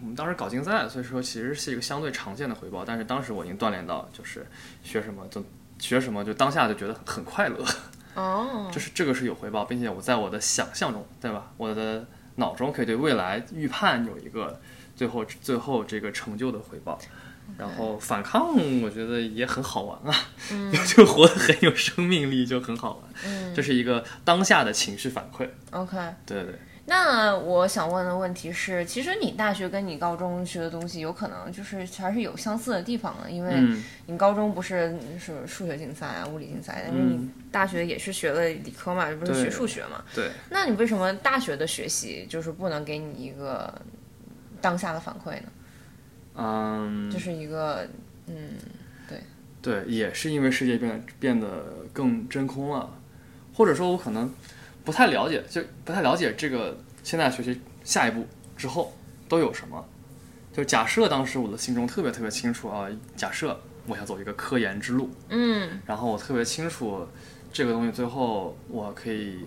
S2: 我们当时搞竞赛，所以说其实是一个相对常见的回报。但是当时我已经锻炼到，就是学什么就学什么，就当下就觉得很快乐，
S1: 哦，
S2: 就是这个是有回报，并且我在我的想象中，对吧？我的脑中可以对未来预判有一个最后最后这个成就的回报。然后反抗，我觉得也很好玩啊， 就活得很有生命力，就很好玩。
S1: 嗯
S2: 这是一个当下的情绪反馈，
S1: OK。
S2: 对对。
S1: 那我想问的问题是，其实你大学跟你高中学的东西有可能就是还是有相似的地方的，因为
S2: 嗯
S1: 你高中不是是数学竞赛啊、物理竞赛，但是你
S2: 嗯，
S1: 大学也是学了理科嘛，不是
S2: 对
S1: 学数学嘛？
S2: 对。
S1: 那你为什么大学的学习就是不能给你一个当下的反馈呢？
S2: 嗯，
S1: 就是一个嗯
S2: 对，也是因为世界变变得更真空了，或者说我可能不太了解，就不太了解这个现在学习下一步之后都有什么。就假设当时我的心中特别特别清楚啊，假设我想走一个科研之路，
S1: 嗯
S2: 然后我特别清楚这个东西最后我可以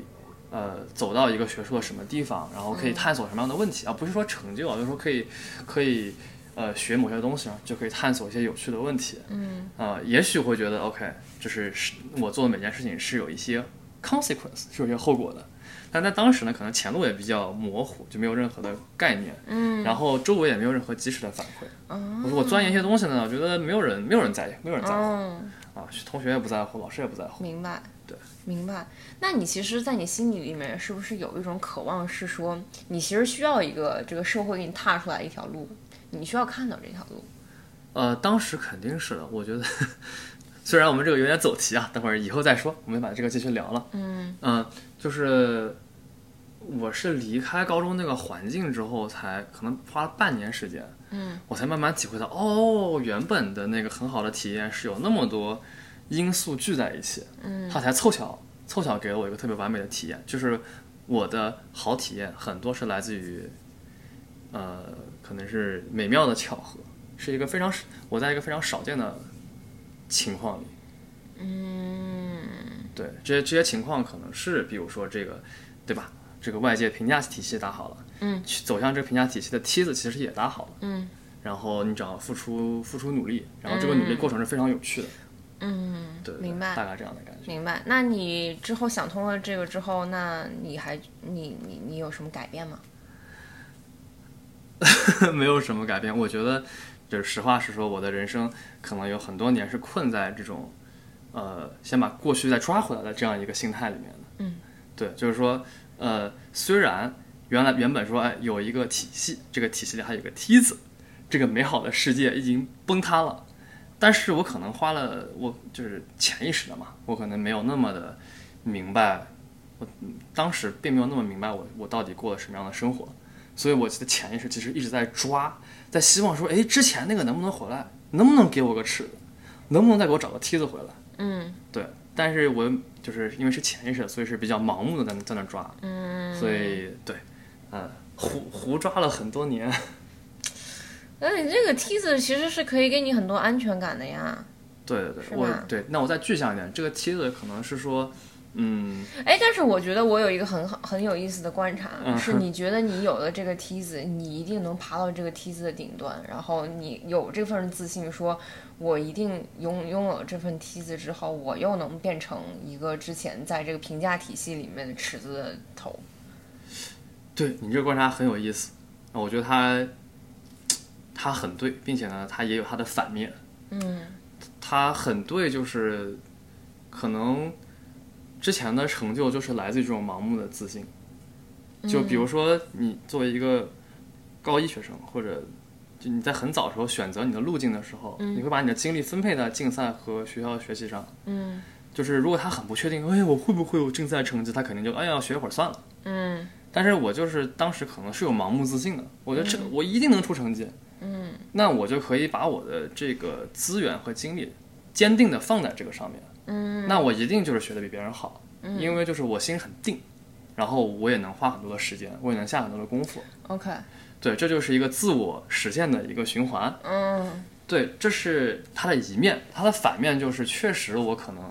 S2: 呃走到一个学术的什么地方，然后可以
S1: 嗯
S2: 探索什么样的问题啊，不是说成就啊，就是说可以可以呃学某些东西啊，就可以探索一些有趣的问题。
S1: 嗯
S2: 呃，也许会觉得 OK，就是是我做的每件事情是有一些 consequence，是有一些后果的。但在当时呢，可能前路也比较模糊，就没有任何的概念，
S1: 嗯，
S2: 然后周围也没有任何及时的反馈。
S1: 哦
S2: 我说我钻研一些东西呢，我觉得没有人，没有人在意，没有人在乎、
S1: 嗯，
S2: 啊，同学也不在乎，老师也不在乎。
S1: 明白，
S2: 对，
S1: 明白。那你其实，在你心里里面，是不是有一种渴望，是说你其实需要一个这个社会给你踏出来一条路，你需要看到这条路？
S2: 呃，当时肯定是的，我觉得 虽然我们这个有点走题啊，等会儿以后再说，我们把这个继续聊了。
S1: 嗯
S2: 嗯，就是我是离开高中那个环境之后才，可能花了半年时间，
S1: 嗯
S2: 我才慢慢体会到，哦，原本的那个很好的体验是有那么多因素聚在一起，
S1: 嗯
S2: 它才凑巧凑巧给了我一个特别完美的体验。就是我的好体验很多是来自于，呃，可能是美妙的巧合，是一个非常我在一个非常少见的情况里，
S1: 嗯
S2: 对，这些这些情况可能是，比如说这个，对吧？这个外界评价体系打好了，
S1: 嗯
S2: 去走向这个评价体系的梯子其实也搭好了，
S1: 嗯
S2: 然后你只要付出付出努力，然后这个努力过程是非常有趣的，
S1: 嗯，
S2: 对，对
S1: 明白
S2: 大概这样的感觉。
S1: 明白。那你之后想通了这
S2: 嗯
S1: 个之后，那你还你你你有什么改变吗？
S2: 没有什么改变。我觉得，就是实话实说，我的人生可能有很多年是困在这种，呃，先把过去再抓回来的这样一个心态里面的。
S3: 嗯，
S2: 对，就是说，呃，虽然原来原本说，哎，有一个体系，这个体系里还有个梯子，这个美好的世界已经崩塌了，但是我可能花了，我就是潜意识的嘛，我可能没有那么的明白。我嗯当时并没有那么明白我我到底过了什么样的生活，所以我的潜意识其实一直在抓，在希望说，哎，之前那个能不能回来？能不能给我个尺子？能不能再给我找个梯子回来？
S3: 嗯
S2: 对，但是我就是因为是潜意识，所以是比较盲目的在那在那抓，
S3: 嗯，
S2: 所以对，呃，胡胡抓了很多年，
S1: 那你这个梯子其实是可以给你很多安全感的呀。
S2: 对对对，
S1: 是
S2: 我
S1: 吧
S2: 对，那我再具象一点，这个梯子可能是说，嗯，
S1: 哎，但是我觉得我有一个很好很有意思的观察，
S2: 嗯
S1: 是你觉得你有了这个梯子，你一定能爬到这个梯子的顶端，然后你有这份自信，说我一定拥拥有这份梯子之后，我又能变成一个之前在这个评价体系里面的尺子的头。
S2: 对你这个观察很有意思，啊我觉得他他很对，并且呢，他也有他的反面。
S1: 嗯
S2: 他很对，就是可能之前的成就就是来自于这种盲目的自信。就比如说，你作为一个高一学生，或者就你在很早的时候选择你的路径的时候，你会把你的精力分配在竞赛和学校学习上。
S1: 嗯
S2: 就是如果他很不确定，哎，我会不会有竞赛成绩，他肯定就哎呀学一会儿算了。
S1: 嗯
S2: 但是我就是当时可能是有盲目自信的，我觉得这个我一定能出成绩，
S1: 嗯，
S2: 那我就可以把我的这个资源和精力坚定的放在这个上面，
S1: 嗯，
S2: 那我一定就是学的比别人好，因为就是我心很定，然后我也能花很多的时间，我也能下很多的功夫，
S1: ，OK，
S2: 对，这就是一个自我实现的一个循环，
S1: 嗯
S2: 对，这是它的一面，它的反面就是确实我可能，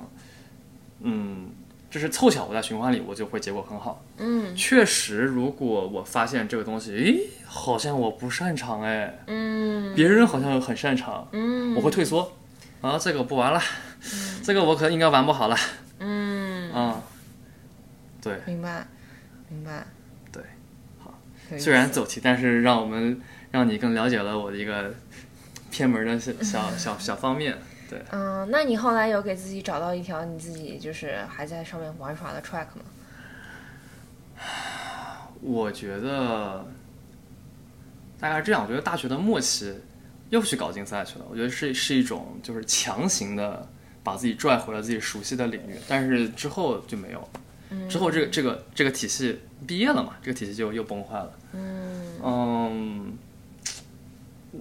S2: 嗯，就是凑巧我在循环里我就会结果很好，
S1: 嗯
S2: 确实，如果我发现这个东西，诶，好像我不擅长，哎，
S1: 嗯
S2: 别人好像很擅长，
S1: 嗯
S2: 我会退缩，啊，这个不玩了，这个我可应该玩不好了，
S1: 嗯，
S2: 啊，对，
S1: 明白明白。
S2: 对，
S1: 好，
S2: 虽然走题，但是让我们让你更了解了我的一个偏门的小小小小方面，对，
S1: 嗯，那你后来有给自己找到一条你自己就是还在上面玩耍的 track 吗？
S2: 我觉得大概是这样，我觉得大学的末期又去搞竞赛去了，我觉得是是一种就是强行的把自己拽回了自己熟悉的领域，但是之后就没有，
S1: 嗯
S2: 之后这个这个这个体系毕业了嘛，这个体系就又崩坏了。
S1: 嗯
S2: 嗯，我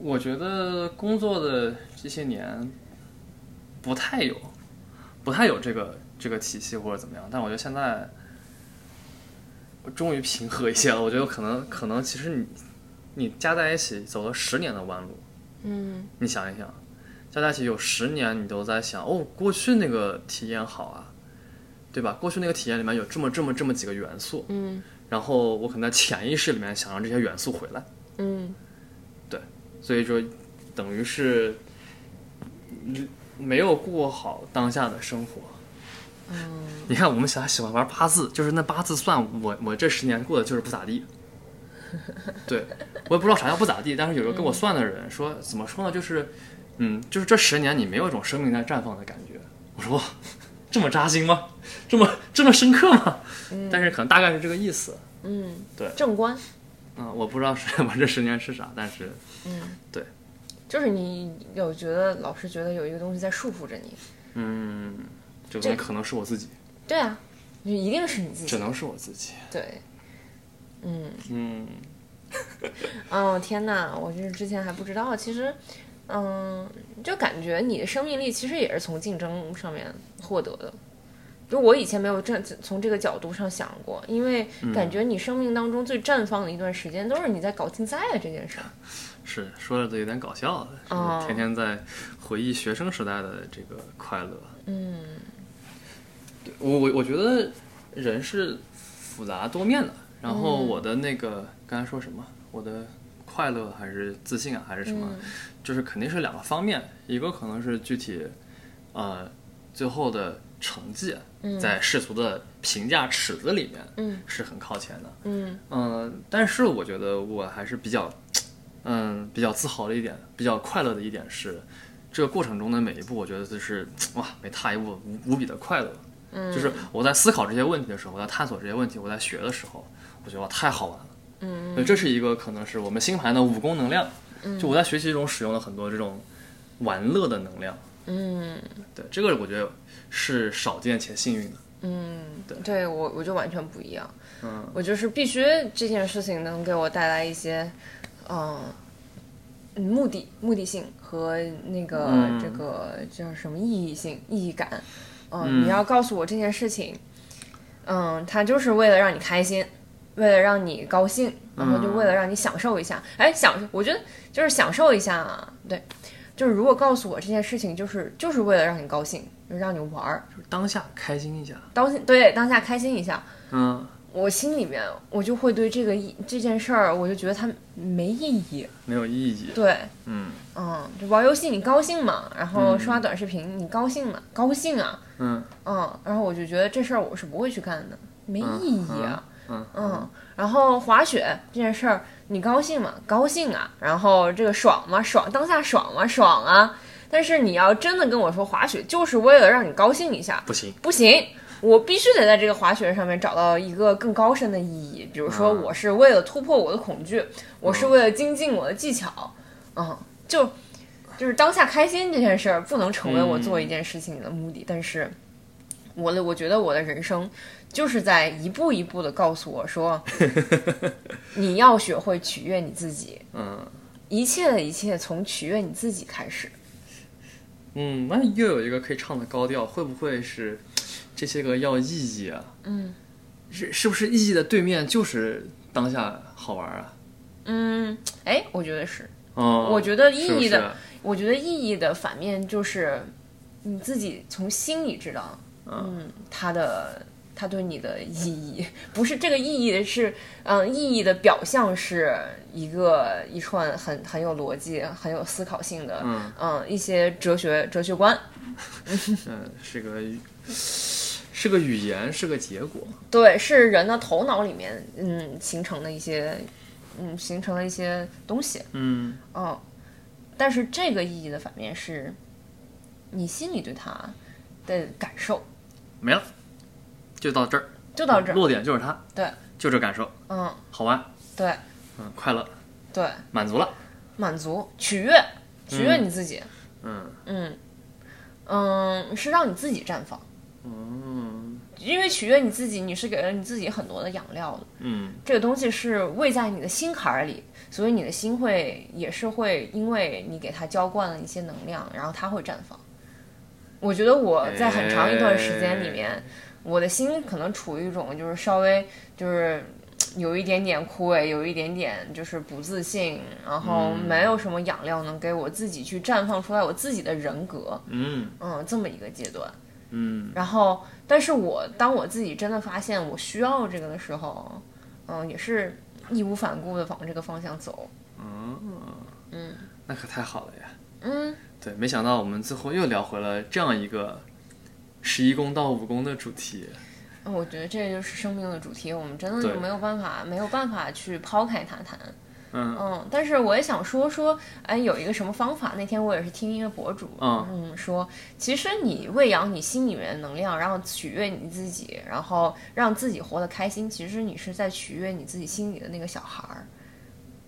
S2: 我觉得工作的这些年不太有，不太有这个这个体系或者怎么样，但我觉得现在我终于平和一些了。我觉得可能可能其实你你加在一起走了十年的弯路，
S1: 嗯
S2: 你想一想，加在一起有十年，你都在想哦，过去那个体验好啊，对吧？过去那个体验里面有这么这么这么几个元素，
S1: 嗯
S2: 然后我可能在潜意识里面想让这些元素回来，
S1: 嗯
S2: 所以说等于是嗯没有过好当下的生活。
S1: 嗯，
S2: 你看，我们小孩喜欢玩八字，就是那八字算我我这十年过得就是不咋地。对，我也不知道啥叫不咋地，但是有个跟我算的人说，怎么说呢，就是，嗯，就是这十年你没有一种生命在绽放的感觉。我说，这么扎心吗？这么这么深刻吗？但是可能大概是这个意思。
S1: 嗯，
S2: 对
S1: 正观
S2: 嗯，我不知道是 我这十年是啥，但是
S1: 嗯就是你有觉得老是觉得有一个东西在束缚着你，
S2: 嗯，这
S1: 这
S2: 个嗯可能是我自己，
S1: 对啊，就一定是你自
S2: 只
S1: 己
S2: 能是我自己。
S1: 对。嗯，
S2: 嗯，
S1: 哦天哪，我就是之前还不知道，其实，嗯，就感觉你的生命力其实也是从竞争上面获得的。就我以前没有这从这个角度上想过，因为感觉你生命当中最绽放的一段时间，都是你在搞竞赛啊的这件事儿。
S2: 是说的有点搞笑了，
S1: 哦
S2: 就是天天在回忆学生时代的这个快乐。
S1: 嗯
S2: 对我我我觉得人是复杂多面的，然后我的那个、刚才说什么，我的快乐还是自信啊，还是什么，
S1: 嗯
S2: 就是肯定是两个方面，一个可能是具体，呃，最后的成绩在世俗的评价尺子里面，
S1: 嗯，
S2: 是很靠前的。
S1: 嗯
S2: 嗯，但是我觉得我还是比较，嗯，比较自豪的一点，比较快乐的一点是，这个过程中的每一步，我觉得就是哇，每踏一步无无比的快乐。嗯，就是我在思考这些问题的时候，我在探索这些问题，我在学的时候，我觉得哇，太好玩了。嗯，这是一个可能是我们星盘的武功能量。嗯，就我在学习中使用了很多这种玩乐的能量。
S1: 嗯
S2: 对，这个我觉得是少见且幸运的。
S1: 嗯，
S2: 对
S1: 对我我就完全不一样，
S2: 嗯
S1: 我就是必须这件事情能给我带来一些，嗯、嗯目的目的性和那个、
S2: 嗯
S1: 这个叫什么意义性意义感，呃
S2: 嗯
S1: 你要告诉我这件事情，嗯，它就是为了让你开心，为了让你高兴，然后就为
S2: 嗯
S1: 了让你享受一下。哎，享受，我觉得就是享受一下啊，对，就是如果告诉我这件事情就是就是为了让你高兴，就让你玩儿，
S2: 就是当下开心一下。
S1: 当对当下开心一下。
S2: 嗯，
S1: 我心里面，我就会对这个意这件事儿，我就觉得它没意义。
S2: 没有意义。
S1: 对，
S2: 嗯
S1: 嗯，就玩游戏你高兴嘛，然后
S2: 嗯
S1: 刷短视频你高兴嘛，高兴啊，
S2: 嗯
S1: 嗯，然后我就觉得这事儿我是不会去干的，没意义啊。
S2: 嗯
S1: 嗯，然后滑雪这件事儿，你高兴吗？高兴啊。然后这个爽吗？爽，当下爽吗？爽啊。但是你要真的跟我说滑雪就是为了让你高兴一下，
S2: 不行。
S1: 不行，我必须得在这个滑雪上面找到一个更高深的意义。比如说，
S2: 嗯
S1: 我是为了突破我的恐
S2: 啊
S1: 惧，我是为了精进我的技巧，嗯，就就是当下开心这件事儿不能成为我做一件事情的目的，但是我的我觉得我的人生就是在一步一步的告诉我 说，你要学会取悦你自己，
S2: 嗯
S1: 一切的一切从取悦你自己开始。
S2: 嗯，那又有一个可以唱的高调，会不会是这些个要意义啊？
S1: 嗯
S2: 是是不是意义的对面就是当下好玩啊？
S1: 嗯，哎，我觉得是。
S2: 哦，
S1: 我觉得意义的
S2: 是不是
S1: 我觉得意义的反面就是你自己从心里知道，嗯，它的它对你的意义，不是这个意义是，嗯，意义的表象是一个一串很很有逻辑、很有思考性的，
S2: 嗯
S1: 一些哲学哲学观，
S2: 嗯，是个语是个语言，是个结果。
S1: 对，是人的头脑里面，嗯，形成的一些，嗯，形成的一些东西，
S2: 嗯
S1: 哦，但是这个意义的反面是，你心里对它的感受。
S2: 没了，就到这儿，嗯
S1: 就到这儿。
S2: 落点就是它，
S1: 对，
S2: 就这感受，
S1: 嗯，
S2: 好玩，
S1: 对
S2: 嗯，快乐，
S1: 对，
S2: 满足了，
S1: 满足、取悦、取悦你自己，
S2: 嗯
S1: 嗯嗯是让你自己绽放，
S2: 嗯
S1: 因为取悦你自己，你是给了你自己很多的养料的。
S2: 嗯
S1: 这个东西是喂在你的心坎儿里，所以你的心会也是会因为你给它浇灌了一些能量，然后它会绽放。我觉得我在很长一段时间里面，我的心可能处于一种就是稍微就是嘖有一点点枯萎，有一点点就是不自信，然后没有什么养料能给我自己去绽放出来我自己的人格，
S2: 嗯
S1: 嗯，这么一个阶段。
S2: 嗯，
S1: 然后，但是我当我自己真的发现我需要这个的时候，嗯，也是义无反顾的往这个方向走。
S2: 那可太好了呀。
S1: 嗯，
S2: 对，没想到我们最后又聊回了这样一个十一宫到五宫的主题。
S1: 我觉得这就是生命的主题，我们真的
S2: 对
S1: 就没有办法，没有办法去抛开它谈。
S2: 嗯
S1: 嗯，但是我也想说说，哎，有一个什么方法？那天我也是听一个博主，
S2: 嗯
S1: 说其实你喂养你心里面的能量，然后取悦你自己，然后让自己活得开心，其实你是在取悦你自己心里的那个小孩儿。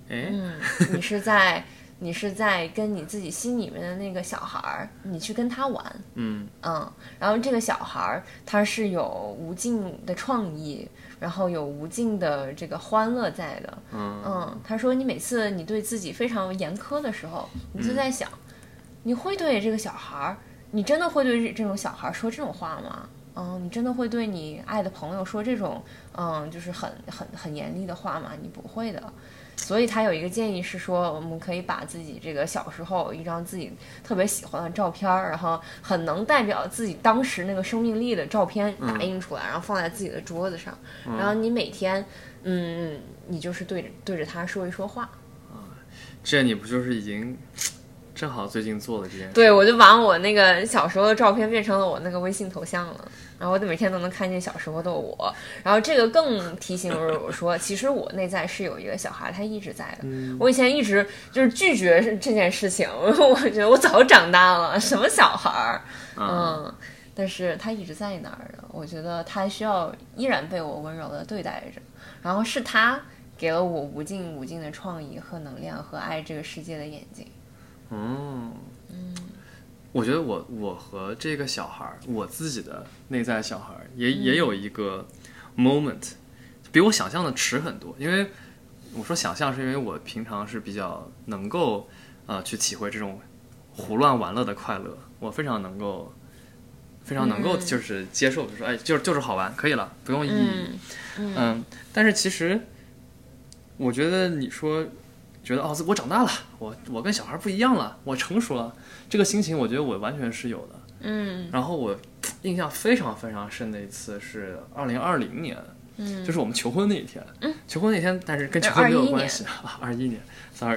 S2: 哎，
S1: 嗯，你是在你是在跟你自己心里面的那个小孩儿，你去跟他玩，
S2: 嗯
S1: 嗯，然后这个小孩儿他是有无尽的创意，然后有无尽的这个欢乐在的，
S2: 嗯
S1: 嗯，他说你每次你对自己非常严苛的时候，你就在想，你会对这个小孩儿，你真的会对这种小孩儿说这种话吗？嗯，你真的会对你爱的朋友说这种嗯，就是很很很严厉的话吗？你不会的。所以他有一个建议是说，我们可以把自己这个小时候一张自己特别喜欢的照片儿，然后很能代表自己当时那个生命力的照片打印出来，然后放在自己的桌子上，然后你每天，嗯，你就是对着对着他说一说话，
S2: 这你不就是已经正好最近做了这件事。
S1: 对，我就把我那个小时候的照片变成了我那个微信头像了，然后我就每天都能看见小时候的我。然后这个更提醒我说，其实我内在是有一个小孩，他一直在的。我以前一直就是拒绝这件事情， 我觉得我早长大了，什么小孩儿，
S2: 嗯，
S1: 嗯。但是他一直在那儿的，我觉得他需要依然被我温柔的对待着，然后是他给了我无尽无尽的创意和能量和爱这个世界的眼睛。
S2: 嗯，我觉得我我和这个小孩儿，我自己的内在小孩儿也也有一个 moment，比我想象的迟很多。因为我说想象，是因为我平常是比较能够呃去体会这种胡乱玩乐的快乐，我非常能够。非常能够就是接受，比如说，哎，就是就是好玩，可以了，不用意义。
S1: 嗯嗯
S2: 嗯，但是其实，我觉得你说，觉得哦，我长大了，我我跟小孩不一样了，我成熟了，这个心情，我觉得我完全是有的。
S1: 嗯
S2: 然后我印象非常非常深的一次是二零二零年，
S1: 嗯，
S2: 就是我们求婚那一天，求婚那天，但是跟
S1: 那
S2: 求婚没有
S1: 21
S2: 关
S1: 年
S2: 系 啊，二一年，sorry，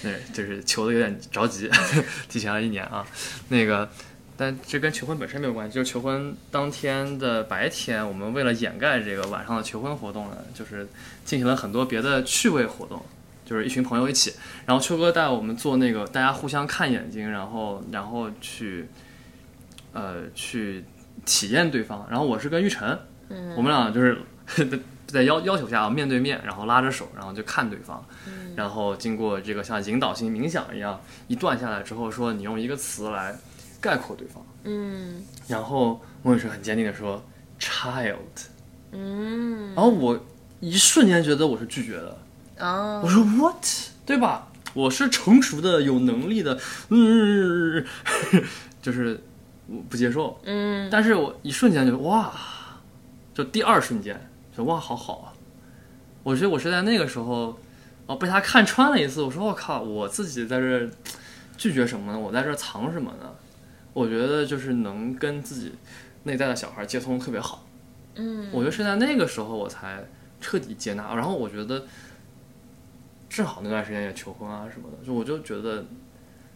S2: 对，就是求的有点着急， 提前了一年啊，那个。但这跟求婚本身没有关系，就是求婚当天的白天，我们为了掩盖这个晚上的求婚活动呢，就是进行了很多别的趣味活动，就是一群朋友一起，然后秋哥带我们做那个大家互相看眼睛，然后然后去，呃，去体验对方。然后我是跟玉晨，
S1: 嗯
S2: 我们俩就是呃在要要求下面对面，然后拉着手，然后就看对方，
S1: 嗯
S2: 然后经过这个像引导性冥想一样，一段下来之后，说你用一个词来概括对方，
S1: 嗯
S2: 然后孟雨辰很坚定的说 “child”，
S1: 嗯
S2: 然后我一瞬间觉得我是拒绝的，
S1: 哦
S2: 我，说 what，对吧？我是成熟的、有能力的，嗯， 就是我不接受。
S1: 嗯
S2: 但是我一瞬间就哇，就第二瞬间就哇，好好啊！我觉得我是在那个时候，哦，被他看穿了一次。我说我靠，我自己在这儿拒绝什么呢？我在这儿藏什么呢？我觉得就是能跟自己内在的小孩接通特别好。
S1: 嗯
S2: 我觉得是在那个时候我才彻底接纳，然后我觉得正好那段时间也求婚啊什么的，就我就觉得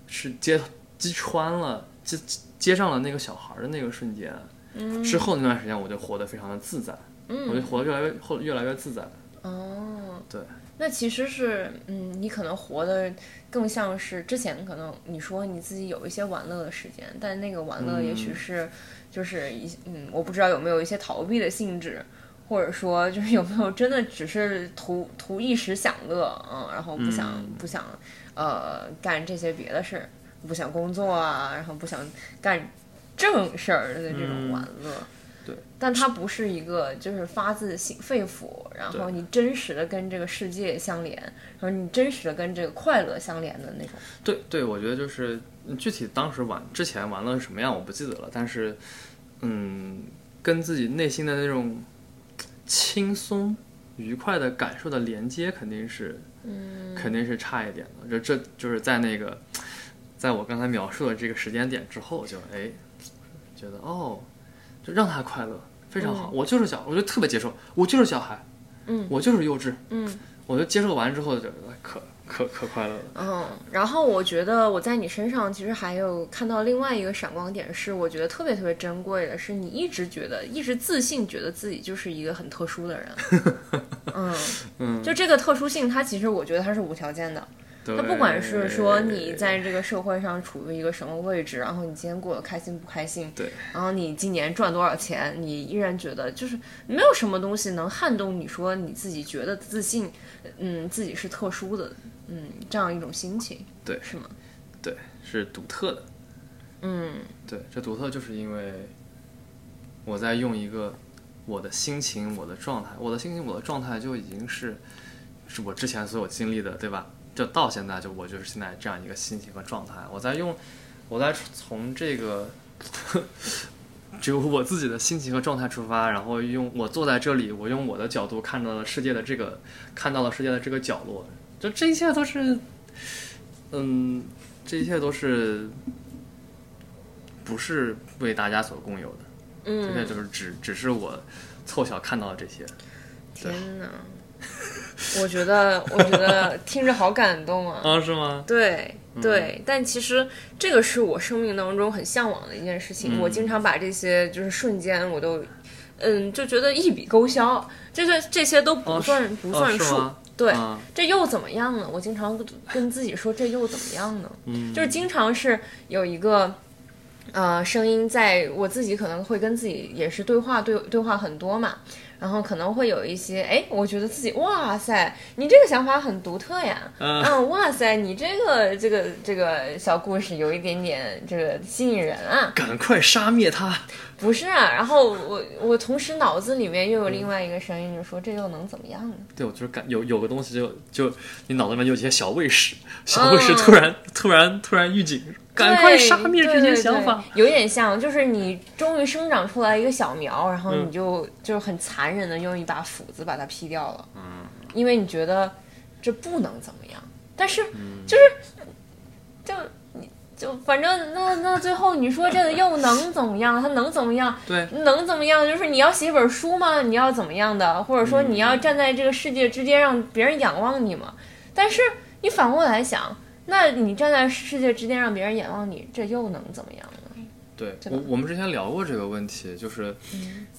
S2: 是揭击穿了接接上了那个小孩儿的那个瞬间，
S1: 嗯
S2: 之后那段时间我就活得非常的自在，我就
S1: 嗯
S2: 活得越来越后越来越自在，
S1: 哦，
S2: 对，
S1: 那其实是嗯，你可能活的更像是之前可能你说你自己有一些玩乐的时间，但那个玩乐也许
S2: 嗯
S1: 是、就是一嗯，我不知道有没有一些逃避的性质。或者说，就是有没有真的只是图图一时享乐，嗯，然后不想、
S2: 嗯
S1: 不想，呃，干这些别的事儿，不想工作啊，然后不想干正事儿的这种玩
S2: 嗯
S1: 乐。
S2: 对，
S1: 但它不是一个就是发自心肺腑，然后
S2: 对
S1: 你真实的跟这个世界相连，然后你真实的跟这个快乐相连的那种。
S2: 对对，我觉得就是嗯具体当时玩之前玩了什么样我不记得了，但是嗯，跟自己内心的那种轻松愉快的感受的连接肯定是。
S1: 嗯
S2: 肯定是差一点的。这这就是在那个，在我刚才描述的这个时间点之后就，哎，觉得哦，就让他快乐，非常好。我就是小，我就特别接受，我就是小孩，
S1: 嗯
S2: 我就是幼稚，
S1: 嗯
S2: 我就接受完之后就觉得可可可快乐了。
S1: 嗯。然后我觉得我在你身上其实还有看到另外一个闪光点，是我觉得特别特别珍贵的，是你一直觉得一直自信，觉得自己就是一个很特殊 的人。嗯，
S2: 嗯，
S1: 就这个特殊性，它其实我觉得它是无条件的。
S2: 对
S1: 他不管是说你在这个社会上处于一个什么位置，然后你今天过得开心不开心，
S2: 对，
S1: 然后你今年赚多少钱，你依然觉得就是没有什么东西能撼动你说你自己觉得自信，嗯，自己是特殊的，嗯，这样一种心情，
S2: 对
S1: 是吗？
S2: 对是独特的，
S1: 嗯
S2: 对，这独特就是因为我在用一个我的心情、我的状态，我的心情、我的状态就已经是是我之前所有经历的，对吧？就到现在，就我就是现在这样一个心情和状态，我在用，我在从这个只有我自己的心情和状态出发，然后用我坐在这里，我用我的角度看到了世界的这个看到了世界的这个角落，就这一切都是，嗯，这一切都是不是为大家所共有的。现在
S1: 嗯，
S2: 就是只只是我凑巧看到了这些，对
S1: 天哪！我觉得，我觉得听着好感动啊！
S2: 啊，是吗？
S1: 对
S2: 嗯
S1: 对，但其实这个是我生命当中很向往的一件事情。我
S2: 嗯
S1: 经常把这些就是瞬间，我都，嗯，就觉得一笔勾销。这这这些都不
S2: 哦
S1: 算、
S2: 是
S1: 不算
S2: 哦是
S1: 数。
S2: 吗
S1: 对，
S2: 啊
S1: 这又怎么样呢？我经常跟自己说，这又怎么样呢？
S2: 嗯，
S1: 就是经常是有一个。呃，声音在我自己可能会跟自己也是对话，对对话很多嘛，然后可能会有一些，哎，我觉得自己，哇塞，你这个想法很独特呀，
S2: 嗯
S1: 哇塞，你这个这个这个小故事有一点点这个吸引人啊，
S2: 赶快杀灭他！
S1: 不是啊，然后我我同时脑子里面又有另外一个声音，就说这又能怎么样呢？
S2: 对，我就是感有有个东西就就你脑子里面有一些小卫士，小卫士突然、突然突然预警，赶快杀灭这些想法。
S1: 对对对有点像，就是你终于生长出来一个小苗，然后
S2: 嗯
S1: 你就、就是很残忍的用一把斧子把它劈掉了，嗯，因为你觉得这不能怎么样，但是就是、就你就反正那那最后你说这个又能怎么样？它能怎么样？
S2: 对
S1: 能怎么样？就是你要写一本书吗？你要怎么样的？或者说
S2: 嗯
S1: 你要站在这个世界之巅，让别人仰望你吗？但是你反过来想，那你站在世界之巅，让别人仰望你，这又能怎么样呢？
S2: 对，
S1: 对吧
S2: 我我们之前聊过这个问题，就是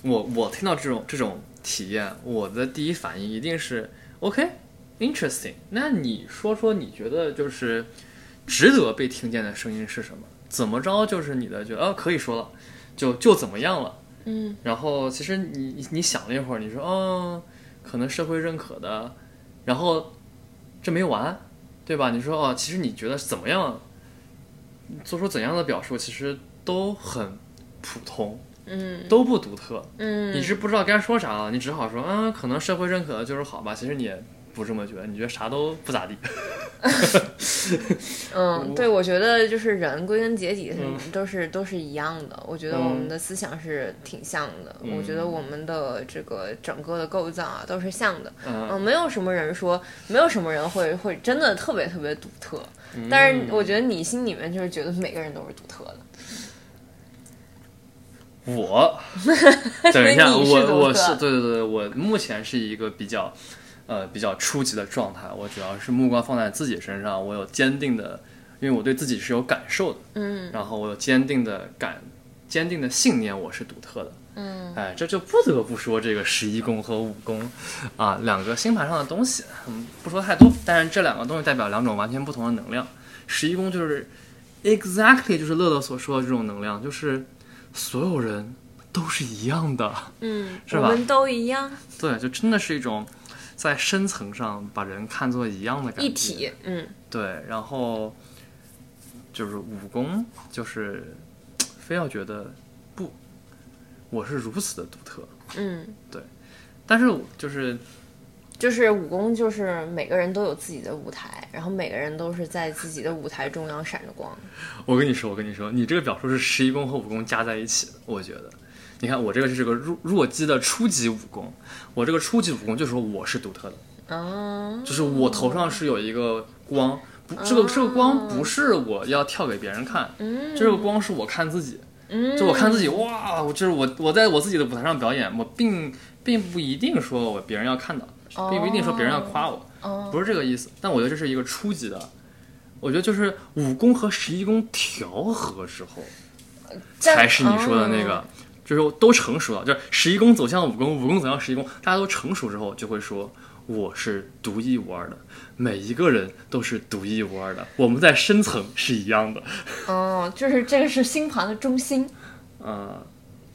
S2: 我我听到这种这种体验，我的第一反应一定是 OK interesting。那你说说你觉得就是值得被听见的声音是什么？怎么着就是你的觉得呃可以说了，就就怎么样了。
S1: 嗯，
S2: 然后其实你你你想了一会儿，你说哦，可能社会认可的，然后这没完，对吧？你说哦，其实你觉得怎么样，做出怎样的表述，其实都很普通，
S1: 嗯
S2: 都不独特，你
S1: 嗯，
S2: 是不知道该说啥了，你只好说嗯，可能社会认可的就是好吧。其实你也不这么觉得，你觉得啥都不咋地。
S1: 嗯，对，我觉得就是人归根结底是、
S2: 嗯
S1: 都是都是一样的。我觉得我们的思想是挺像的，
S2: 嗯
S1: 我觉得我们的这个整个的构造啊都是像的。
S2: 嗯，
S1: 嗯，没有什么人说，没有什么人会会真的特别特别独特。
S2: 嗯
S1: 但是我觉得你心里面就是觉得每个人都是独特的。
S2: 我等一下，
S1: 你是
S2: 我
S1: 如
S2: 我
S1: 何
S2: 是对对对，我目前是一个比较呃比较初级的状态，我主要是目光放在自己身上，我有坚定的，因为我对自己是有感受的，
S1: 嗯
S2: 然后我有坚定的感坚定的信念，我是独特的。
S1: 嗯
S2: 哎，这就不得不说这个十一宫和五宫啊，两个星盘上的东西，嗯，不说太多，但是这两个东西代表两种完全不同的能量。十一宫就是 exactly 就是乐乐所说的这种能量，就是所有人都是一样的，
S1: 嗯，
S2: 是
S1: 我
S2: 吧
S1: 们都一样，
S2: 对，就真的是一种在深层上把人看作一样的感觉，
S1: 一体。嗯
S2: 对，然后就是武功，就是非要觉得不，我是如此的独特。
S1: 嗯，
S2: 但是就是
S1: 就是武功，就是每个人都有自己的舞台，然后每个人都是在自己的舞台中央闪着光。
S2: 我跟你说，我跟你说，你这个表述是十一宫和武功加在一起的，我觉得。你看我这个是个弱弱鸡的初级武功，我这个初级武功就是说我是独特的，
S1: 啊，
S2: 就是我头上是有一个光，不，这个这个光不是我要跳给别人看，
S1: 嗯
S2: 这个光是我看自己，
S1: 嗯，
S2: 就我看自己，哇，我就是我我在我自己的舞台上表演，我并并不一定说我别人要看到，并不一定说别人要夸我，
S1: 哦
S2: 不是这个意思。但我觉得这是一个初级的，我觉得就是武功和十一宫调和之后，
S1: 呃在嗯
S2: 才是你说的那个，就是都成熟了，就是十一宫走向武功，武功走向十一宫，大家都成熟之后就会说。我是独一无二的，每一个人都是独一无二的。我们在深层是一样的，
S1: 哦，就是这个是星盘的中心，
S2: 嗯、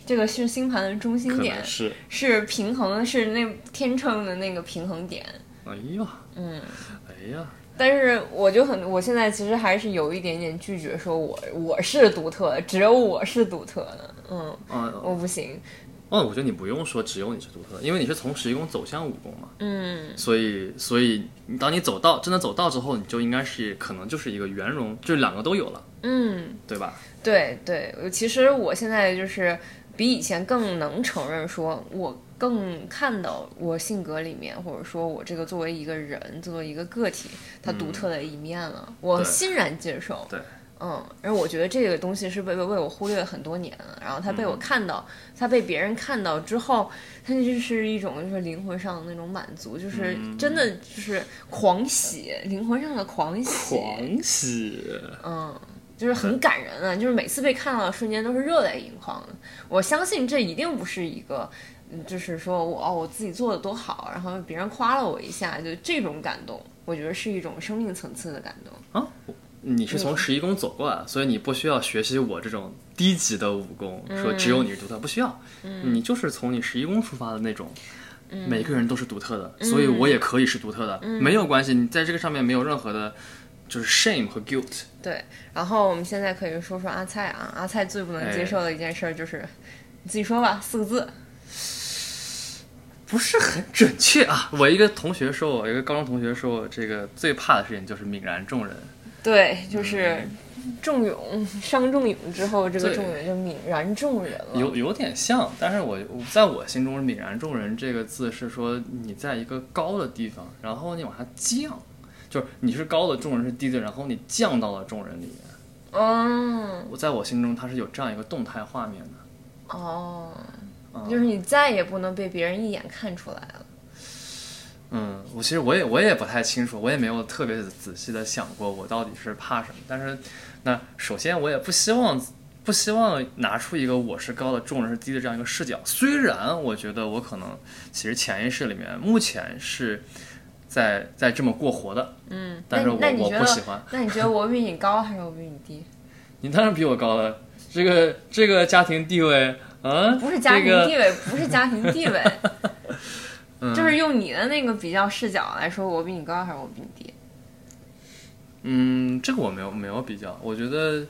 S1: 这个是星盘的中心
S2: 可
S1: 点
S2: 能，是。
S1: 是平衡，是那天秤的那个平衡点。
S2: 哎呀，
S1: 嗯，
S2: 哎呀，
S1: 但是我就很，我现在其实还是有一点点拒绝，说我我是独特的，只有我是独特的，嗯，
S2: 嗯，
S1: 我不行，
S2: 哦，我觉得你不用说只有你是独特的，因为你是从十一宫走向武功嘛，
S1: 嗯
S2: 所以，所以你当你走到真的走到之后，你就应该是可能就是一个圆融，就是两个都有了，
S1: 嗯，
S2: 对吧？
S1: 对对，其实我现在就是比以前更能承认，说我更看到我性格里面，或者说我这个作为一个人，作为一个个体，它独特的一面了，我
S2: 对
S1: 欣然接受，
S2: 嗯对，
S1: 嗯，然后我觉得这个东西是被被我忽略了很多年了，然后它被我看到，它被别人看到之后，它就是一种就是灵魂上的那种满足，就是
S2: 嗯
S1: 真的就是狂喜，灵魂上的狂喜，
S2: 狂喜，
S1: 嗯，就是很感人啊！就是每次被看到的瞬间都是热泪盈眶的。我相信这一定不是一个，嗯就是说我哦我自己做的多好，然后别人夸了我一下，就这种感动，我觉得是一种生命层次的感动。
S2: 啊，我你是从十一宫走过来，所以你不需要学习我这种低级的武功，说只有你是独特，不需要，你就是从你十一宫出发的那种。每个人都是独特的，所以我也可以是独特的，没有关系。你在这个上面没有任何的，就是 shame 和 guilt。
S1: 对，然后我们现在可以说说阿菜啊，阿菜最不能
S2: 哎
S1: 接受的一件事儿就是，你自己说吧，四个字，
S2: 不是很准确啊！我一个同学说我，一个高中同学说我，这个最怕的事情就是泯然众人。
S1: 对，就是仲永伤仲永之后，这个
S2: 嗯对
S1: 仲永就泯然众人了。
S2: 有有点像，但是我我在我心中“泯然众人”这个字是说你在一个高的地方，然后你往下降，就是你是高的，众人是低的，然后你降到了众人里面。
S1: 嗯，
S2: 我在我心中它是有这样一个动态画面的，
S1: 哦，
S2: 啊
S1: 就是你再也不能被别人一眼看出来了。
S2: 嗯，我其实我也我也不太清楚，我也没有特别仔细的想过我到底是怕什么。但是，那首先我也不希望不希望拿出一个我是高的，众人是低的这样一个视角。虽然我觉得我可能其实潜意识里面目前是在在这么过活的，
S1: 嗯，
S2: 但是
S1: 那
S2: 我
S1: 那你
S2: 我
S1: 觉
S2: 不喜
S1: 得，
S2: 欢。
S1: 那你觉得我比你高还是我比你低？
S2: 你当然比我高了，这个这个家庭地位，嗯，
S1: 不是家庭
S2: 这
S1: 地
S2: 个、嗯
S1: 位，不是家庭地 位，就是用你的那个比较视角来说，我比你高还是我比你低？
S2: 嗯，这个我没有没有比较，我觉得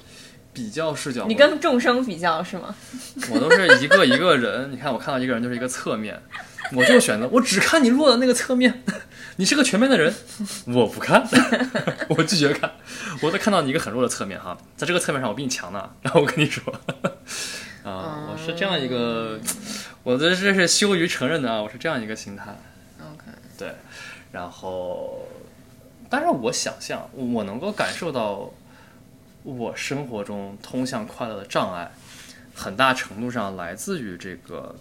S2: 比较视角我，
S1: 你跟众生比较是吗？
S2: 我都是一个一个人，你看我看到一个人就是一个侧面，我就选择我只看你弱的那个侧面， 你是个全面的人，我不看， 我拒绝看，我都看到你一个很弱的侧面哈，在这个侧面上我比你强呢，然后我跟你说，啊，我是这样一个，我这这是羞于承认的啊，我是这样一个心态，
S1: OK，
S2: 对，然后，但是我想象，我能够感受到，我生活中通向快乐的障碍，很大程度上来自于这个，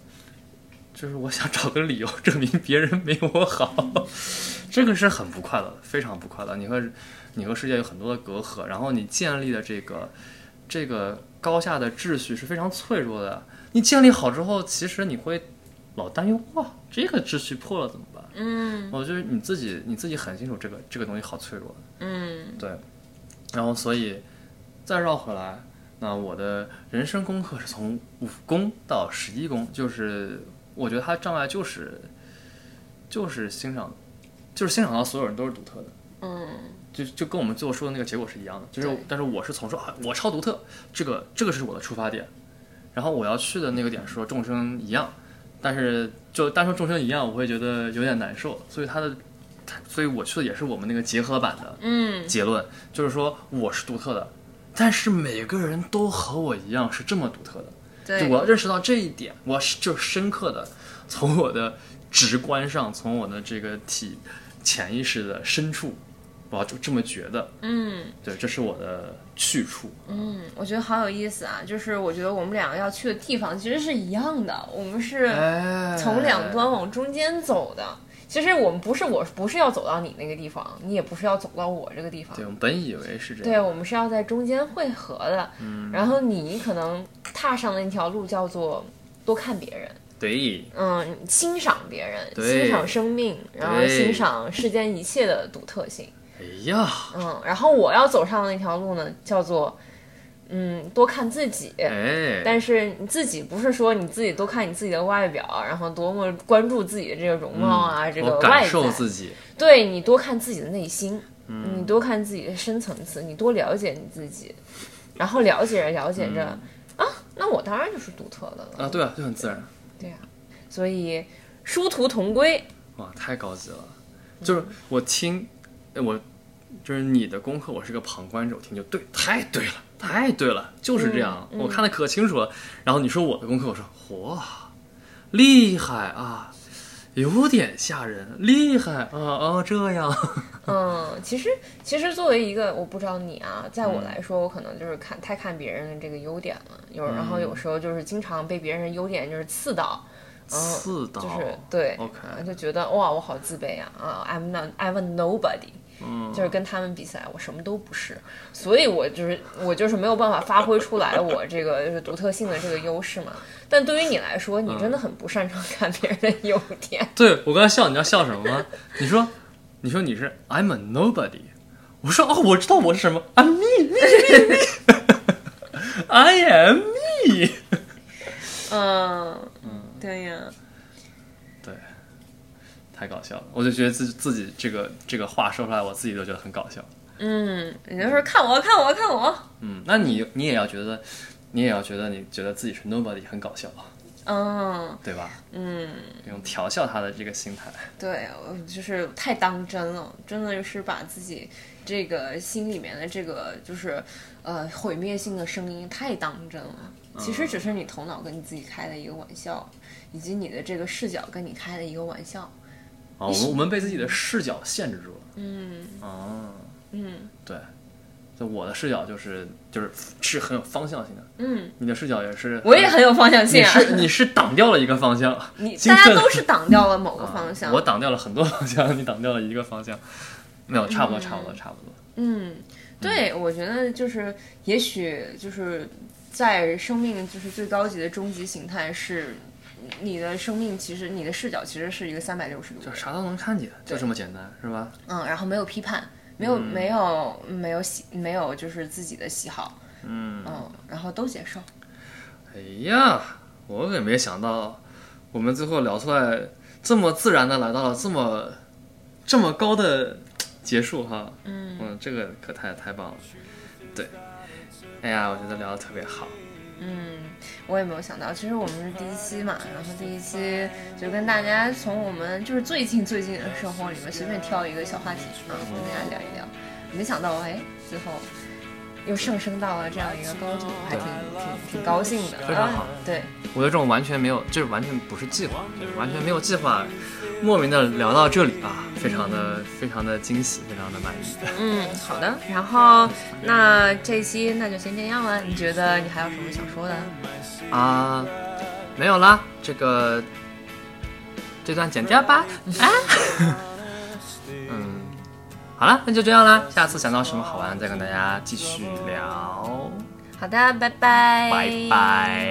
S2: 就是我想找个理由证明别人没有我好， 这个是很不快乐的，非常不快乐。你和你和世界有很多的隔阂，然后你建立的这个这个高下的秩序是非常脆弱的。你建立好之后，其实你会老担忧哇，这个秩序破了怎么办？
S1: 嗯
S2: 我哦就是你自己，你自己很清楚这个这个东西好脆弱，
S1: 嗯
S2: 对。然后所以再绕回来，那我的人生功课是从五宫到十一宫，就是我觉得它障碍就是就是欣赏，就是欣赏到所有人都是独特的，
S1: 嗯
S2: 就就跟我们最后说的那个结果是一样的，就是
S1: 对
S2: 但是我是从说啊我超独特，这个这个是我的出发点，然后我要去的那个点说众生一样，但是就单说众生一样，我会觉得有点难受，所以他的，所以我去的也是我们那个结合版的
S1: 嗯
S2: 结论，就是说我是独特的，但是每个人都和我一样是这么独特的，就
S1: 对，
S2: 我要认识到这一点，我是就是深刻的从我的直观上，从我的这个体潜意识的深处，我要就这么觉得。
S1: 嗯
S2: 对，这是我的去处。
S1: 嗯，我觉得好有意思啊！就是我觉得我们两个要去的地方其实是一样的，我们是
S2: 哎
S1: 从两端往中间走的。其实我们不是，我不是要走到你那个地方，你也不是要走到我这个地方
S2: 对，。我们本以为是这
S1: 对，
S2: 样。
S1: 我们是要在中间汇合的。
S2: 嗯
S1: 然后你可能踏上了一条路，叫做多看别人。
S2: 对，
S1: 嗯，欣赏别人，
S2: 对
S1: 欣赏生命，然后
S2: 对
S1: 欣赏世间一切的独特性。
S2: 哎呀，
S1: 嗯，然后我要走上的那条路呢，叫做嗯，多看自己。
S2: 哎，
S1: 但是你自己不是说你自己多看你自己的外表，然后多么关注自己的这个容貌啊，这个
S2: 嗯我
S1: 外
S2: 感
S1: 在，
S2: 受自己。嗯
S1: 对你多看自己的内心，你多看自己的深层次，你多了解你自己，然后了解着了解着、
S2: 嗯
S1: 啊，那我当然就是独特的了。
S2: 啊，对啊，就很自然。
S1: 对啊，所以殊途同归。
S2: 哇，太高级了！就是我听，哎我就是你的功课，我是个旁观者，我听就对，太对了，太对了，就是这样，
S1: 嗯
S2: 我看的可清楚了。然后你说我的功课，我说哇，厉害啊！有点吓人，厉害啊啊！这样，
S1: 嗯，其实其实作为一个，我不知道你啊，在
S2: 嗯
S1: 我来说，我可能就是看太看别人的这个优点了，有然
S2: 嗯
S1: 后有时候就是经常被别人的优点就是刺到，
S2: 刺刀
S1: 就是对，
S2: ，OK，
S1: 就觉得哇，我好自卑啊，啊，I'm not I'm a nobody。
S2: 嗯
S1: 就是跟他们比起来，我什么都不是，所以我就是我就是没有办法发挥出来我这个就是独特性的这个优势嘛。但对于你来说，你真的很不擅长看别人的优 点，
S2: 对我刚才笑，你知道笑什么吗？你说，你说你是 I'm a nobody，我说哦，我知道我是什么，I'm me me me me，I am me。
S1: 嗯，对呀，
S2: 对，太搞笑了，我就觉得自己自己这个这个话说出来，我自己都觉得很搞笑。
S1: 嗯，你就说看我看我看我，
S2: 嗯，那你你也要觉得，你也要觉得你觉得自己是 nobody 很搞笑，
S1: 嗯
S2: 对吧？
S1: 嗯，
S2: 用调笑他的这个心态。
S1: 对，我就是太当真了，真的是把自己这个心里面的这个就是呃毁灭性的声音太当真了。
S2: 嗯
S1: 其实只是你头脑跟你自己开的一个玩笑，以及你的这个视角跟你开的一个玩笑。
S2: 啊，我们我们被自己的视角限制住了。
S1: 嗯
S2: 啊，
S1: 嗯
S2: 对，就我的视角就是就是是很有方向性的，
S1: 嗯，
S2: 你的视角也是。
S1: 我也很有方向性
S2: 你
S1: 啊。
S2: 是你是挡掉了一个 方向，
S1: 你
S2: 精
S1: 大家
S2: 分
S1: 都是挡掉了某个
S2: 啊
S1: 方向。
S2: 我挡掉了很多方向，你挡掉了一个方向，没有，差不多，差不多，差不多。
S1: 嗯，对，我觉得就是，也许就是在生命就是最高级的终极形态是，你的生命其实你的视角其实是一个三百六十度的
S2: 就，啥都能看见，就这么简单，是吧？
S1: 嗯，然后没有批判，没有、没有没有喜没有就是自己的喜好，
S2: 嗯，
S1: 嗯，然后都接受，
S2: 哎呀，我可没想到，我们最后聊出来这么自然的来到了这么这么高的结束哈。
S1: 嗯
S2: 这个可太太棒了。对，哎呀，我觉得聊的特别好。
S1: 嗯，我也没有想到，其实我们是第一期嘛，然后第一期就跟大家从我们就是最近最近的生活里面随便挑一个小话题啊，跟大家聊一聊。没想到哎，最后又上升到了这样一个高度，还挺挺挺高兴的，
S2: 非常好
S1: 啊对，
S2: 我觉得这种完全没有，这完全不是计划，就是完全没有计划，莫名的聊到这里啊，非常的非常的惊喜，非常的满意。
S1: 嗯，好的。然后那这一期那就先这样了。你觉得你还有什么想说的？
S2: 啊，没有啦，这个这段剪掉吧。啊， 嗯，好了，那就这样啦。下次想到什么好玩的，再跟大家继续聊。
S1: 好的，拜拜，
S2: 拜拜。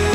S4: You